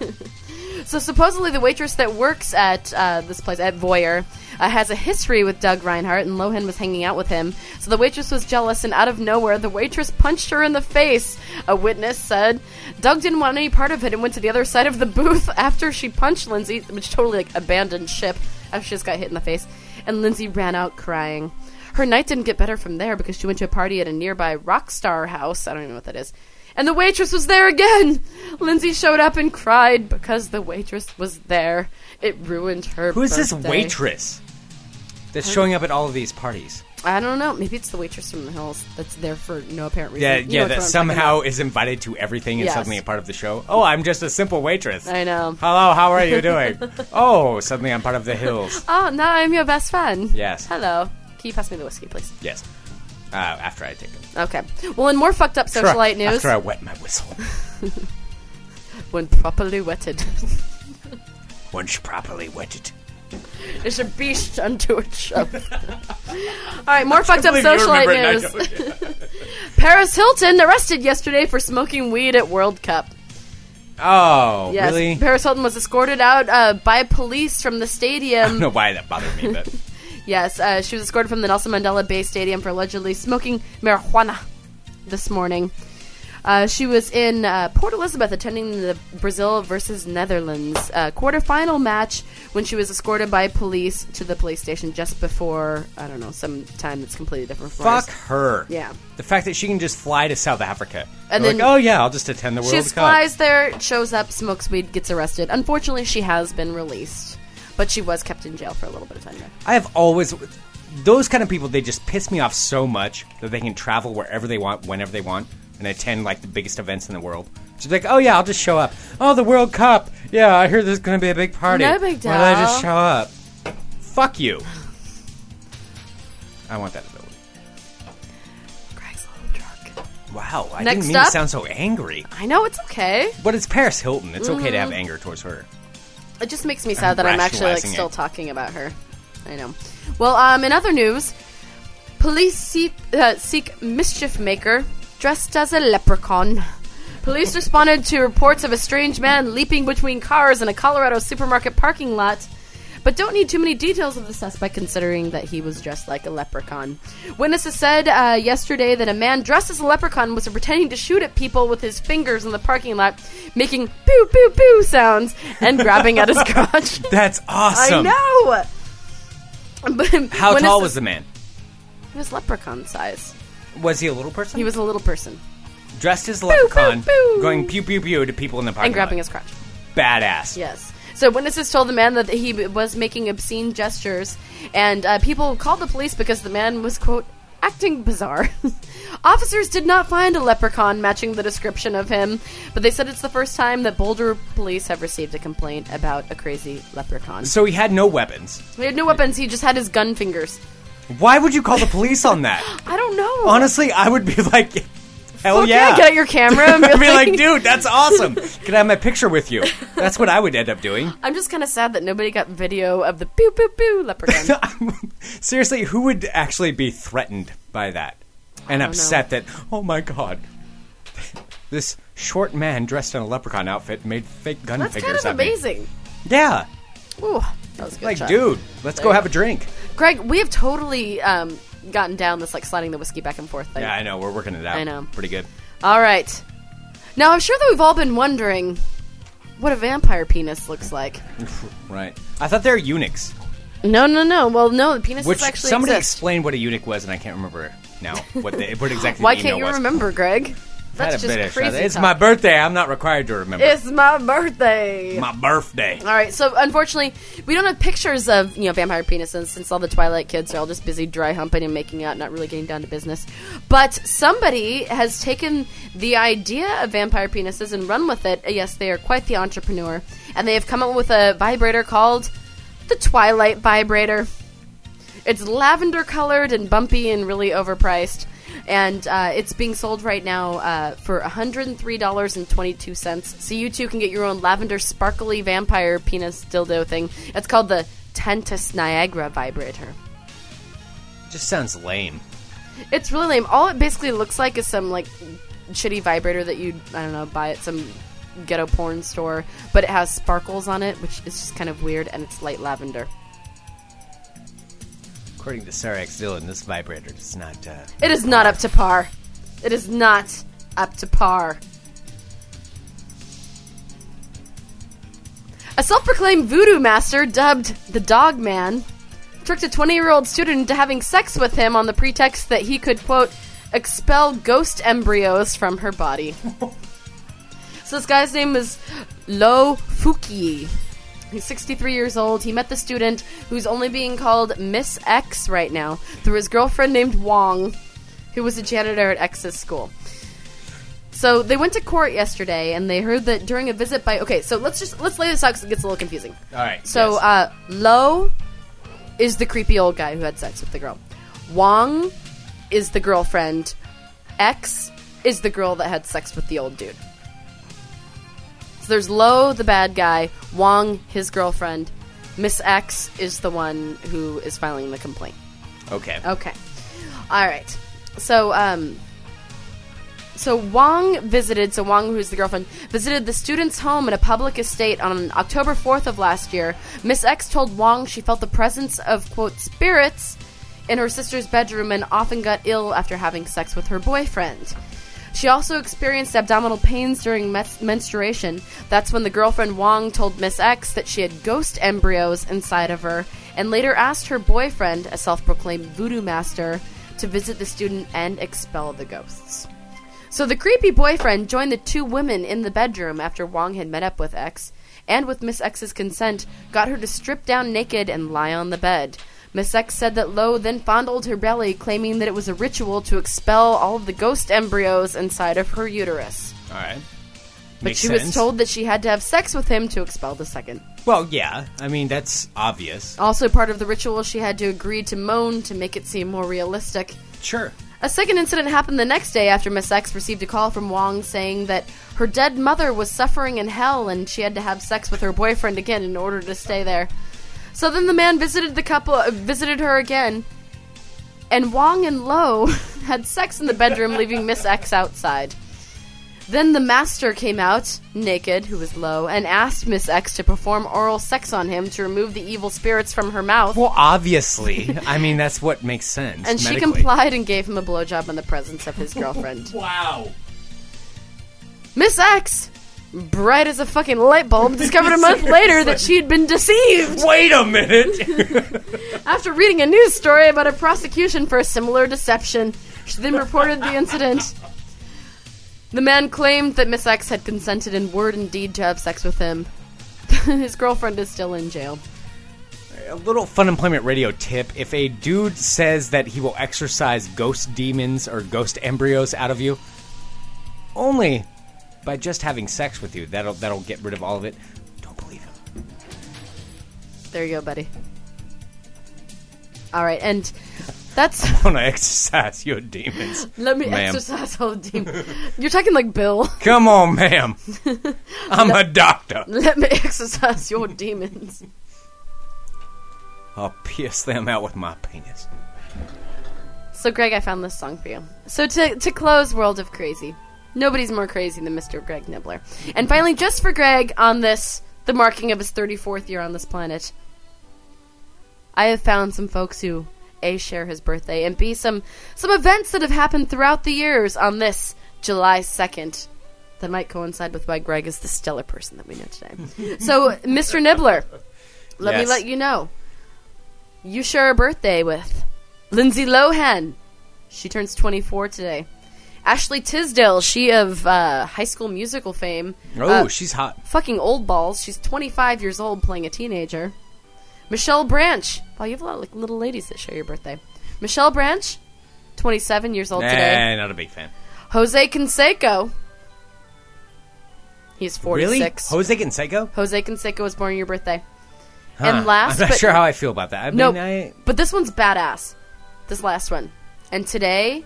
So supposedly the waitress that works at uh, this place at Voyeur uh, has a history with Doug Reinhardt, and Lohan was hanging out with him. So the waitress was jealous, and out of nowhere, the waitress punched her in the face. A witness said Doug didn't want any part of it and went to the other side of the booth after she punched Lindsay, which totally like abandoned ship after she just got hit in the face. And Lindsay ran out crying. Her night didn't get better from there because she went to a party at a nearby rock star house. I don't even know what that is. And the waitress was there again. Lindsay showed up and cried because the waitress was there. It ruined her.
Who is this
birthday.
waitress that's showing up at all of these parties?
I don't know. Maybe it's the waitress from the hills that's there for no apparent reason.
Yeah,
You know
yeah,
what
that
I'm talking
somehow is invited to everything and
Yes.
suddenly a part of the show. Oh, I'm just a simple waitress.
about. I know.
Hello, how are you doing? oh, suddenly I'm part of the hills.
Oh, now I'm your best friend.
Yes.
Hello. Can you pass me the whiskey, please?
Yes. Uh, after I take them.
Okay. Well, in more fucked up
After I-
socialite news,
After I wet my whistle.
when properly wetted,
Once properly wetted.
is a beast unto itself. All right, more fucked up socialite news. Paris Hilton arrested yesterday for smoking weed at World Cup.
Oh,
Yes,
really?
Paris Hilton was escorted out uh, by police from the
I don't
stadium.
know why that bothered me, but
Yes, uh, she was escorted from the Nelson Mandela Bay Stadium for allegedly smoking marijuana this morning. Uh, she was in uh, Port Elizabeth attending the Brazil versus Netherlands uh, quarterfinal match when she was escorted by police to the police station just before, I don't know, some time that's completely different from ours.
fuck her.
Yeah.
The fact that she can just fly to South Africa. And
And then-
like, oh yeah, I'll just attend the World
She
Cup.
just flies there, shows up, smokes weed, gets arrested. Unfortunately, she has been released, but she was kept in jail for a little bit of time. there.
I have always those kind of people. They just piss me off so much that they can travel wherever they want, whenever they want, and attend like the biggest events in the world. Just be like, oh yeah, I'll just show up. Oh, the World Cup. Yeah, I hear there's going to be a big party.
No big
Why don't I just
deal.
show up? Fuck you. I want that ability.
Greg's a little drunk.
Wow, I
Next
didn't mean
up-
to sound so angry.
I know it's okay.
But it's Paris Hilton. It's okay to have
Mm.
anger towards her.
It just makes me
I'm
sad that I'm actually like
rationalizing
still
it.
talking about her. I know. Well, um, in other news, police seek, uh, seek mischief maker dressed as a leprechaun. Police responded to reports of a strange man leaping between cars in a Colorado supermarket parking lot. But don't need too many details of the suspect considering that he was dressed like a leprechaun. Witnesses said uh, yesterday that a man dressed as a leprechaun was pretending to shoot at people with his fingers in the parking lot, making pew pew pew sounds and grabbing at his crotch.
That's awesome.
I know. But
How
when
tall was
is this-
the man?
He was leprechaun size.
Was he a little person?
He was a little person
dressed as a leprechaun,
pew.
going pew pew pew to people in the parking
and grabbing
lot.
his crotch.
badass.
Yes. So witnesses told the man that he was making obscene gestures, and uh, people called the police because the man was quote acting bizarre. Officers did not find a leprechaun matching the description of him, but they said it's the first time that Boulder police have received a complaint about a crazy leprechaun.
So he had no weapons.
He had no weapons; he just had his gun fingers.
Why would you call the police on that?
I don't know.
Honestly, I would be like, hell
Fuck
yeah.
get out your camera. And be
I'd be like, dude, that's awesome. Can I have my picture with you? That's what I would end up doing.
I'm just kind of sad that nobody got video of the pew pew pew leprechaun.
Seriously, who would actually be threatened by that and upset that, oh my god, this short man dressed in a leprechaun outfit made fake gun
That's kind
figures
of
at me.
amazing.
Yeah.
Ooh, that was a good.
Like,
shot.
dude, let's go have a drink.
Greg, we have totally um, gotten down this like sliding the whiskey back and forth thing.
Yeah, I know. We're working it out.
I know.
Pretty good.
All right. Now I'm sure that we've all been wondering what a vampire penis looks like.
Right. I thought they were eunuchs.
No, no, no. Well, no, the penis
Which
actually
somebody
exist.
explained what a eunuch was, and I can't remember now what the, what exactly.
Why
the
can't
email
you
was.
remember, Greg?
Had
That's
a bit
just
of
crazy.
shut- It's
talk.
my birthday. I'm not required to remember.
It's my birthday.
my birthday.
all right, so unfortunately, we don't have pictures of you know vampire penises since all the Twilight kids are all just busy dry humping and making out, not really getting down to business. But somebody has taken the idea of vampire penises and run with it. Yes, they are quite the entrepreneur, and they have come up with a vibrator called the Twilight Vibrator. It's lavender colored and bumpy and really overpriced. And uh, it's being sold right now uh, for $103.22. So you too can get your own lavender sparkly vampire penis dildo thing. It's called the Tentus Niagara Vibrator.
Just sounds lame.
It's really lame. All it basically looks like is some like shitty vibrator that you I don't know buy at some ghetto porn store, but it has sparkles on it, which is just kind of weird, and it's light lavender.
According to Sarex Dillon, this vibrator does not. Uh,
It is not up to par. It is not up to par. A self proclaimed voodoo master dubbed the Dog Man tricked a 20 year old student into having sex with him on the pretext that he could, quote, expel ghost embryos from her body. so this guy's name is Lo Fuki. He's 63 years old. He met the student who's only being called Miss X right now through his girlfriend named Wong, who was a janitor at X's school. So they went to court yesterday, and they heard that during a visit by okay. So let's just let's lay this out because it gets a little confusing.
All right,
So
yes.
uh, Lo is the creepy old guy who had sex with the girl. Wong is the girlfriend. X is the girl that had sex with the old dude. So there's Lo, the bad guy, Wong, his girlfriend. Miss X is the one who is filing the complaint.
okay.
Okay. All right. So, um, so Wong visited. So Wong, who's the girlfriend, visited the student's home in a public estate on October fourth of last year. Miss X told Wong she felt the presence of quote spirits in her sister's bedroom and often got ill after having sex with her boyfriend. She also experienced abdominal pains during mes- menstruation. That's when the girlfriend Wong told Miss X that she had ghost embryos inside of her, and later asked her boyfriend, a self proclaimed voodoo master, to visit the student and expel the ghosts. So the creepy boyfriend joined the two women in the bedroom after Wong had met up with X, and with Miss X's consent, got her to strip down naked and lie on the bed. Miss X said that Lo then fondled her belly, claiming that it was a ritual to expel all of the ghost embryos inside of her uterus.
All right.
But she was told that she had to have sex with him to expel the second.
Well, yeah. I mean, that's obvious.
Also, part of the ritual, she had to agree to moan to make it seem more realistic.
Sure.
A second incident happened the next day after Miss X received a call from Wong saying that her dead mother was suffering in hell and she had to have sex with her boyfriend again in order to stay there. So then the man visited the couple, uh, visited her again, and Wong and Lo had sex in the bedroom, leaving Miss X outside. Then the master came out, naked, who was Lo, and asked Miss X to perform oral sex on him to remove the evil spirits from her mouth.
Well, obviously. I mean, that's what makes sense.
and she
medically.
complied and gave him a blowjob in the presence of his girlfriend.
Wow.
Miss X, bright as a fucking light bulb, discovered a month later that she had been deceived
Wait a minute.
after reading a news story about a prosecution for a similar deception. She then reported the incident. The man claimed that Miss X had consented in word and deed to have sex with him. His girlfriend is still in jail.
a little fun employment radio tip. If a dude says that he will exorcise ghost demons or ghost embryos out of you, only by just having sex with you. That'll that'll get rid of all of it. Don't believe him.
There you go, buddy. All right, and that's.
Don't exorcise your demons.
Let me
Ma'am.
exercise all demon. You're talking like Bill.
Come on, ma'am. I'm a doctor.
Let me exercise your demons.
I'll pierce them out with my penis.
So, Greg, I found this song for you. So, to, to close World of Crazy, nobody's more crazy than Mr. Greg Nibbler. And finally, just for Greg on this, the marking of his 34th year on this planet, I have found some folks who, A, share his birthday, and B, some, some events that have happened throughout the years on this July 2nd that might coincide with why Greg is the stellar person that we know today. so, Mr. Nibbler, let me
Yes.
let you know. You share a birthday with Lindsay Lohan. She turns 24 today. Ashley Tisdale, she of uh, High School Musical fame.
Oh,
Uh,
she's hot.
fucking old balls. She's 25 years old playing a teenager. Michelle Branch. Wow, you have a lot of like, little ladies that share your birthday. Michelle Branch, 27 years old today.
Nah, not a big fan.
Jose Canseco. He's 46.
Really? Jose Canseco?
Jose Canseco was born on your birthday.
Huh.
And last
I'm not
but-
sure how I feel about that. I mean,
No,
I,
but this one's badass. This last one. And today,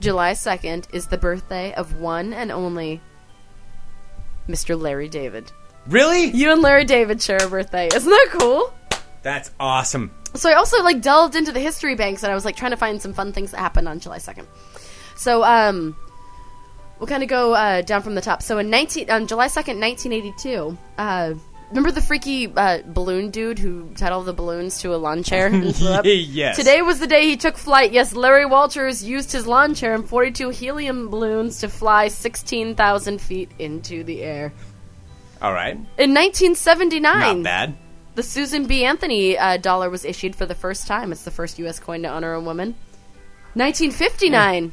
July 2nd, is the birthday of one and only Mr. Larry David.
really?
You and Larry David share a birthday. Isn't that cool?
That's awesome.
So I also like delved into the history banks and I was like trying to find some fun things that happened on July 2nd. So um We'll kind of go uh, down from the top. So in 19, on July 2nd, 1982, uh, remember the freaky uh, balloon dude who tied all the balloons to a lawn chair and flew up?
yes.
Today was the day he took flight. Yes, Larry Walters used his lawn chair and 42 helium balloons to fly 16,000 feet into the air.
All right.
In 1979,
Not bad.
the Susan B. Anthony uh, dollar was issued for the first time. It's the first U.S. coin to honor a woman. 1959.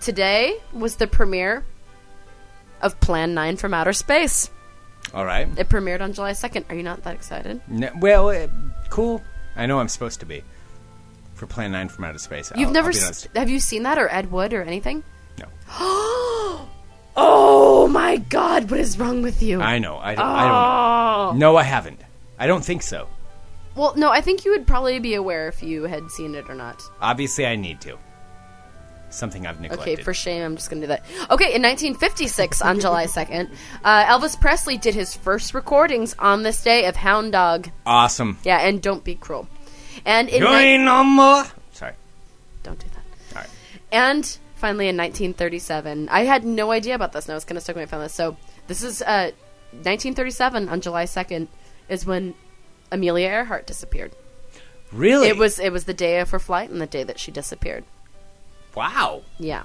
Today was the premiere of Plan 9 from Outer Space.
All right.
It premiered on July 2nd. Are you not that excited?
No, well, uh, cool. I know I'm supposed to be for Plan Nine from Outer Space.
You've
I'll-
never
I'll be
s-
honest.
have you seen that or Ed Wood or anything?
No.
Oh my god, what is wrong with you?
I know. I don't. I don't
Oh.
know. No, I haven't. I don't think so.
Well, no, I think you would probably be aware if you had seen it or not.
Obviously, I need to. Something I've neglected.
Okay, for shame, I'm just going to do that. Okay, in 1956, on July 2nd, uh, Elvis Presley did his first recordings on this day of Hound Dog.
awesome.
Yeah, and Don't Be Cruel. And in
You
ni-
ain't no more. Sorry.
don't do that.
All right.
And finally, in 1937, I had no idea about this, and I was kind of stuck when I found this. So this is uh, 1937 on July 2nd is when Amelia Earhart disappeared.
Really?
It was it was the day of her flight and the day that she disappeared.
Wow.
Yeah,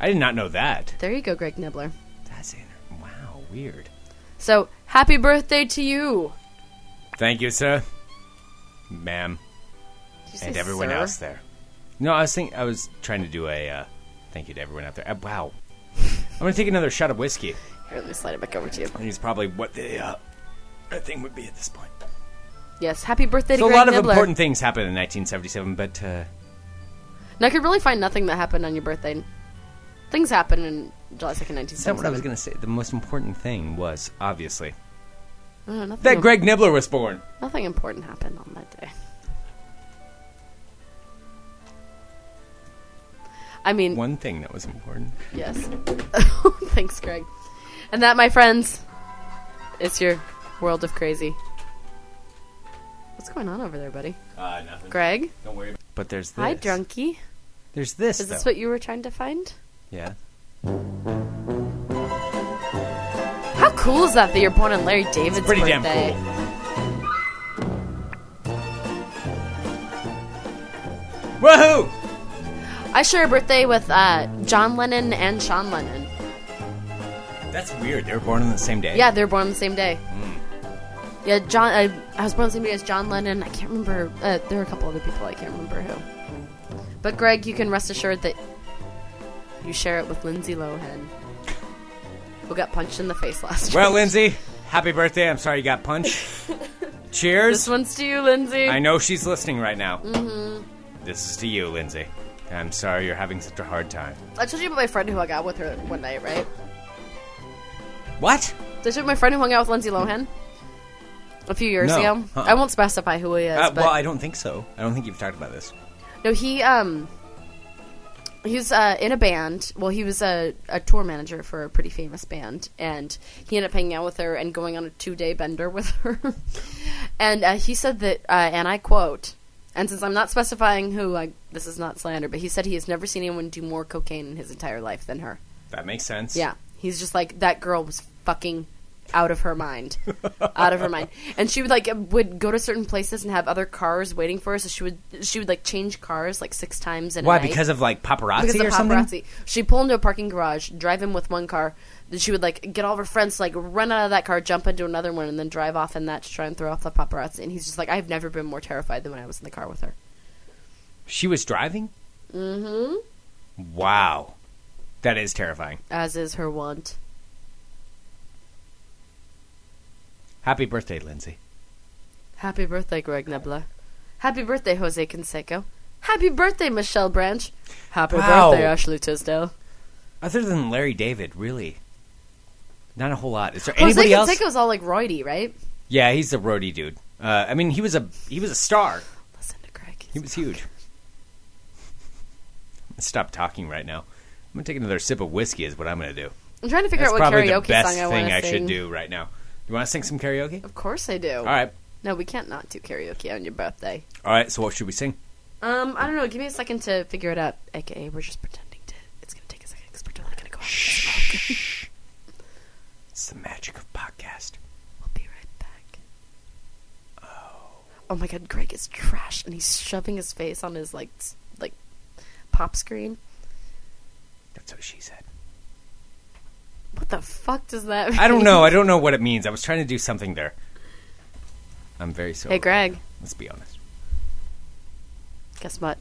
I did not know that.
there you go, Greg Nibbler.
That's inter- wow. Weird.
So happy birthday to you,
Thank you, sir, ma'am,
Did you say
and everyone
sir?
else there. No, I was thinking. I was trying to do a uh, thank you to everyone out there. Uh, wow. I'm gonna take another shot of whiskey.
Here, let me slide it back over to you.
I think it's probably what the uh, I think would be at this point.
Yes, happy birthday
So a
to Greg
lot of
Nibbler.
important things happened in 1977, but uh,
And I could really find nothing that happened on your birthday. Things happened in July second, nineteen
that's not what I was
seventy-seven.
gonna say. The most important thing was obviously
Oh, nothing,
that Greg Nibbler was born.
nothing important happened on that day. I mean,
One thing that was important.
yes. Thanks, Greg. And that, my friends, is your world of crazy. What's going on over there, buddy?
Uh, nothing.
Greg?
Don't worry. But there's this.
Hi, drunkie.
There's this.
Is this
though.
what you were trying to find?
Yeah.
How cool is that that you're born on Larry David's
Pretty
birthday?
damn cool. Woohoo!
I share a birthday with uh, John Lennon and Sean Lennon.
That's weird. They were born on the same day.
Yeah, they were born on the same day.
Mm.
Yeah, John. I, I was born on the same day as John Lennon. I can't remember. Uh, there were a couple other people I can't remember who. But Greg, you can rest assured that you share it with Lindsay Lohan, who got punched in the face last
Well,
week.
Lindsay, happy birthday. I'm sorry you got punched.
This
Cheers.
one's to you, Lindsay.
I know she's listening right now. Mm-hmm. This is to you, Lindsay. I'm sorry you're having such a hard time.
I told you about my friend who hung out with her one night, right?
What?
Did I tell you about my friend who hung out with Lindsay Lohan a few years
No.
ago?
Uh-uh.
I won't specify who he is.
Uh,
but
well, I don't think so. I don't think you've talked about this.
No, he um he was uh, in a band. Well, he was a, a tour manager for a pretty famous band, and he ended up hanging out with her and going on a two day bender with her. and uh, he said that, uh, and I quote, and since I'm not specifying who, I, this is not slander, but he said he has never seen anyone do more cocaine in his entire life than her.
That makes sense.
Yeah, he's just like that girl was fucking out of her mind, out of her mind. And she would like would go to certain places and have other cars waiting for her. So she would she would like change cars like six times in
Why?
a night.
Because of like paparazzi
because
or
of
something?
paparazzi. She'd pull into a parking garage, drive in with one car. Then she would like get all of her friends to like run out of that car, jump into another one, and then drive off in that to try and throw off the paparazzi. And he's just like, I've never been more terrified than when I was in the car with her.
She was driving. Mm-hmm. Wow, that is terrifying.
As is her wont.
Happy birthday, Lindsay.
Happy birthday, Greg Nibbler. Happy birthday, Jose Canseco. Happy birthday, Michelle Branch. Happy
Wow.
birthday, Ashley Tisdale.
Other than Larry David, really, not a whole lot. Is there
Jose
anybody else?
Canseco's all like roidy, right?
Yeah, he's the roadie dude. Uh, I mean, he was a he was a star.
Listen to Greg.
He was huge. Stop talking right now. I'm gonna take another sip of whiskey. Is what I'm gonna do.
I'm trying to figure
That's
out what
probably the
karaoke
best
song I want
thing
to
I should
sing.
do right now. You want to sing some karaoke?
Of course I do.
All right,
No, we can't not do karaoke on your birthday.
all right. So what should we sing?
Um, I don't know. Give me a second to figure it out. AKA, we're just pretending to. It's gonna take a second because we're totally gonna go. off "Oh my god, Greg is trash," and he's shoving his face on his like s- like pop screen.
That's what she said.
What the fuck does that? Mean?
I don't know. I don't know what it means. I was trying to do something there. I'm very sorry.
Hey, Greg.
Let's be honest.
Guess what?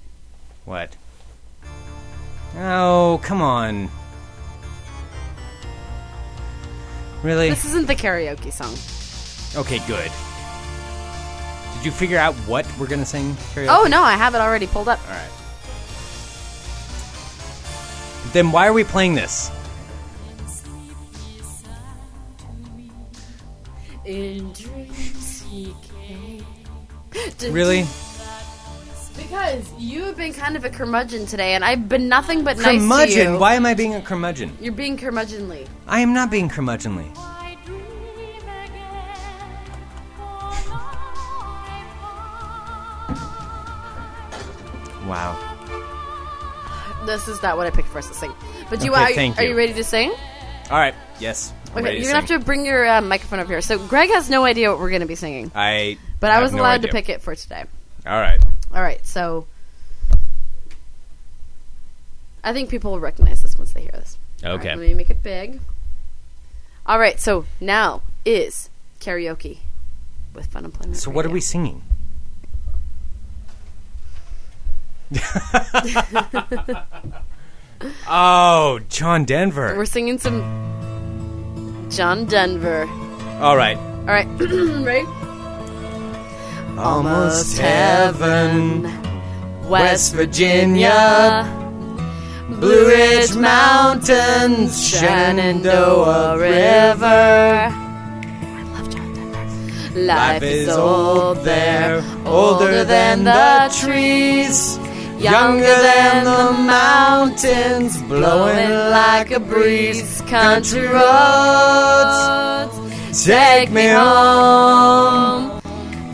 What? Oh, come on. Really?
This isn't the karaoke song.
Okay, good. Did you figure out what we're gonna sing? Karaoke?
Oh no, I have it already pulled up.
All right. Then why are we playing this?
In dreams he came.
Really?
Because you have been kind of a curmudgeon today, and I've been nothing but nice to
curmudgeon.
you.
Why am I being a curmudgeon?
You're being curmudgeonly.
I am not being curmudgeonly. Wow.
This is not what I picked for us to sing. But do you,
Okay,
are,
thank
are
you.
you ready to sing?
All right. Yes. I'm
Okay,
ready
you're gonna have
sing.
to bring your uh, microphone over here. So Greg has no idea what we're gonna be singing,
I.
but I
have
was
no
allowed
idea.
to pick it for today.
All right.
All right, so I think people will recognize this once they hear this. All right,
Okay.
let me make it big. All right, so now is karaoke with Fun Employment.
So what are
Radio.
we singing? oh, John Denver.
We're singing some John Denver.
All right.
All right, ready?
Almost heaven, West Virginia,
Virginia,
Blue Ridge Mountains, Shenandoah River.
Life
Life
is
is
old
old
there,
there,
older than the
trees,
younger than the
mountains,
blowing like a breeze. Country roads,
Take me home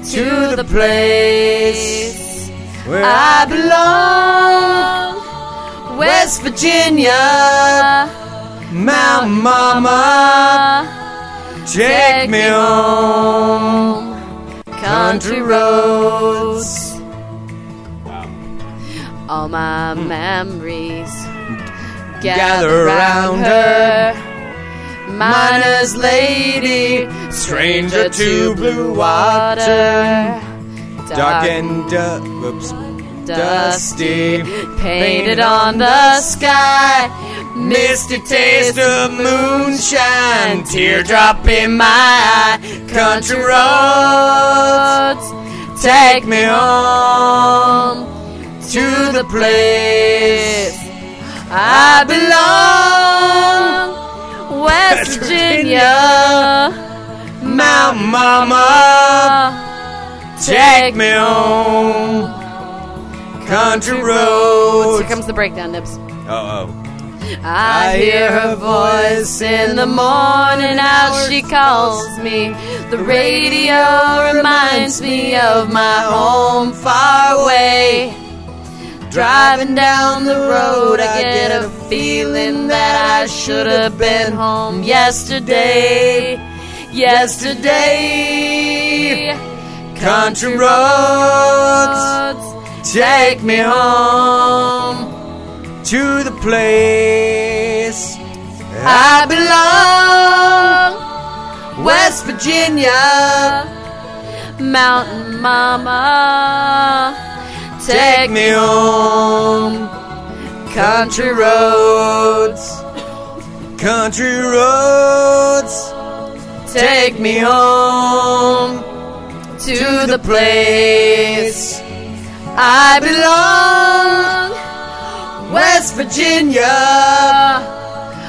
to the place
where
I belong. West
Virginia,
Virginia,
Mount Mama, take me home,
country roads.
roads.
All my memories
Gather round her,
miner's
miner's
lady,
lady,
stranger
stranger
to
to
blue
blue
water,
water,
dark and
du- oops,
dusty, painted on the sky,
misty taste of moonshine, teardrop in my eye, country roads.
roads. Take me home to the place I belong, West
West
Virginia.
Mount Mama, take me home. Country
So
roads.
here comes the breakdown, Nibs.
oh.
I hear her voice in the morning, how she calls me. The radio reminds me of my home far away. Driving down the road, I get a feeling that I should have been home yesterday. Yesterday,
Country roads. Take me home to the place I belong. West Virginia,
Mountain Mama,
take me home. Country roads, country roads, take me home to the place I belong. West Virginia,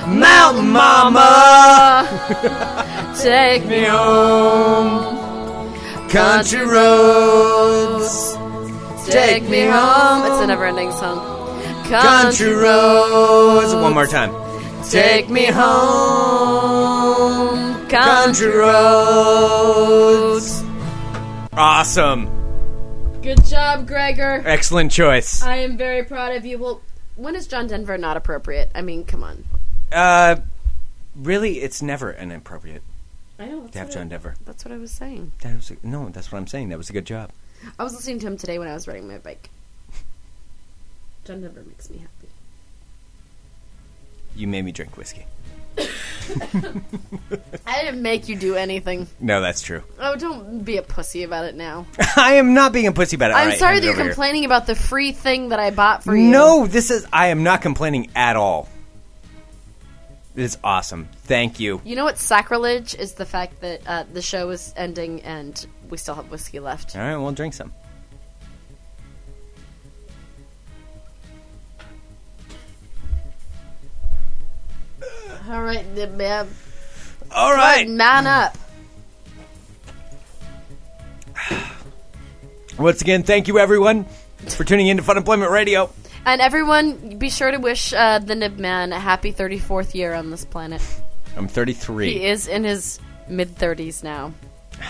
Mount Mama,
Take me
me home. Country roads,
Take me home. It's a never ending song.
country roads. One more time. Take me home, country roads. Awesome,
Good job, Gregor.
excellent choice.
I am very proud of you. Well, when is John Denver not appropriate? I mean, come on.
Uh, really, it's never inappropriate
I know.
to have John Denver.
That's what I was saying.
That was a, no, that's what I'm saying. That was a good job.
I was listening to him today when I was riding my bike. John Denver makes me happy.
You made me drink whiskey.
I didn't make you do anything.
No, that's true.
Oh, don't be a pussy about it now.
I am not being a pussy about it. All
I'm
right,
sorry
hand
that
it
you're
over here.
complaining about the free thing that I bought for you.
No, this is. I am not complaining at all. It's awesome. Thank you.
You know what's sacrilege is the fact that uh, the show is ending and we still have whiskey left.
All right, we'll drink some.
All right, then, man.
All right.
Man up.
Once again, thank you everyone for tuning in to Fun Employment Radio.
And everyone, be sure to wish uh, the Nib Man a happy 34th year on this planet.
I'm 33.
He is in his mid 30s now.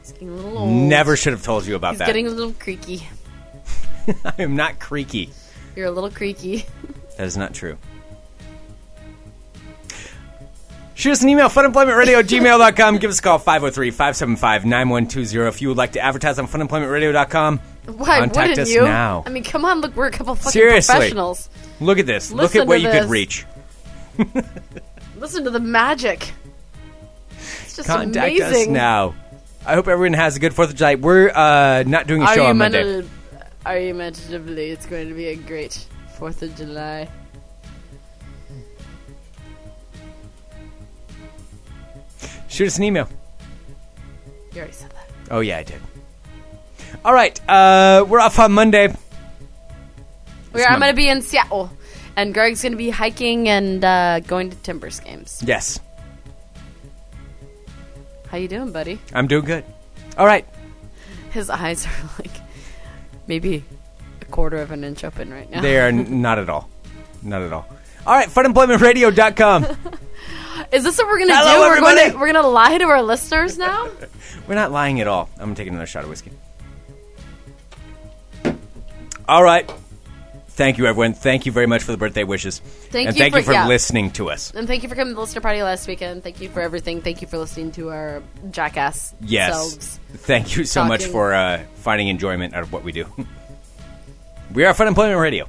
He's getting a little old.
Never should have told you about
He's
that.
getting a little creaky.
I am not creaky.
You're a little creaky.
That is not true. Shoot us an email, funemploymentradio at gmail.com. Give us a call, 503 575 9120. If you would like to advertise on funemploymentradio.com,
Why
Contact
wouldn't
us
you?
now.
I mean, come on, look, we're a couple fucking
Seriously.
professionals.
look at this. look
Listen
at what
to
you
this.
could reach.
Listen to the magic. It's just
Contact us
amazing.
now. I hope everyone has a good 4th of July. We're uh, not doing a show on Monday.
Argumentative- Argumentatively, it's going to be a great 4th of July.
Shoot us an email.
You already said that.
Oh, yeah, I did. All right. Uh, we're off on Monday.
We're,
Monday.
I'm going to be in Seattle, and Greg's going to be hiking and uh, going to Timbers games.
Yes,
How you doing, buddy?
I'm doing good. All right.
His eyes are like maybe a quarter of an inch open right now.
They are n- not at all. Not at all. All right, funemploymentradio.com.
Is this what we're gonna
Hello,
do? We're going
everybody.
to we're gonna lie to our listeners now.
We're not lying at all. I'm going to take another shot of whiskey. All right. Thank you, everyone. Thank you very much for the birthday wishes.
Thank
and
you
thank
for-
you for
yeah.
listening to us.
and thank you for coming to the listener party last weekend. Thank you for everything. Thank you for listening to our jackass
Yes.
selves.
Thank you so much
Talking.
for uh, finding enjoyment out of what we do. we are Fun Employment Radio.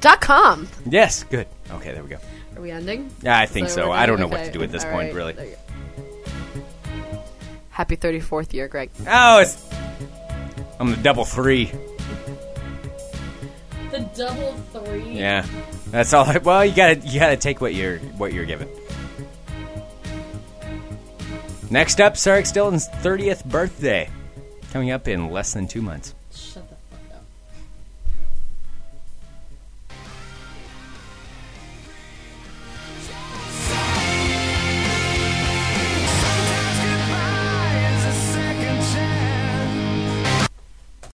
Dot com.
Yes, good. Okay, there we go.
Are we ending?
Yeah, I think
So
so.
we're
I don't know
done?
what to
Okay.
do at this
All
point,
right.
really.
There you go. Happy 34th year, Greg.
Oh, it's. I'm the double three.
The double three.
Yeah, that's all. I, well, you gotta you gotta take what you're what you're given. Next up, Sarek Dillon's 30th birthday, coming up in less than two months.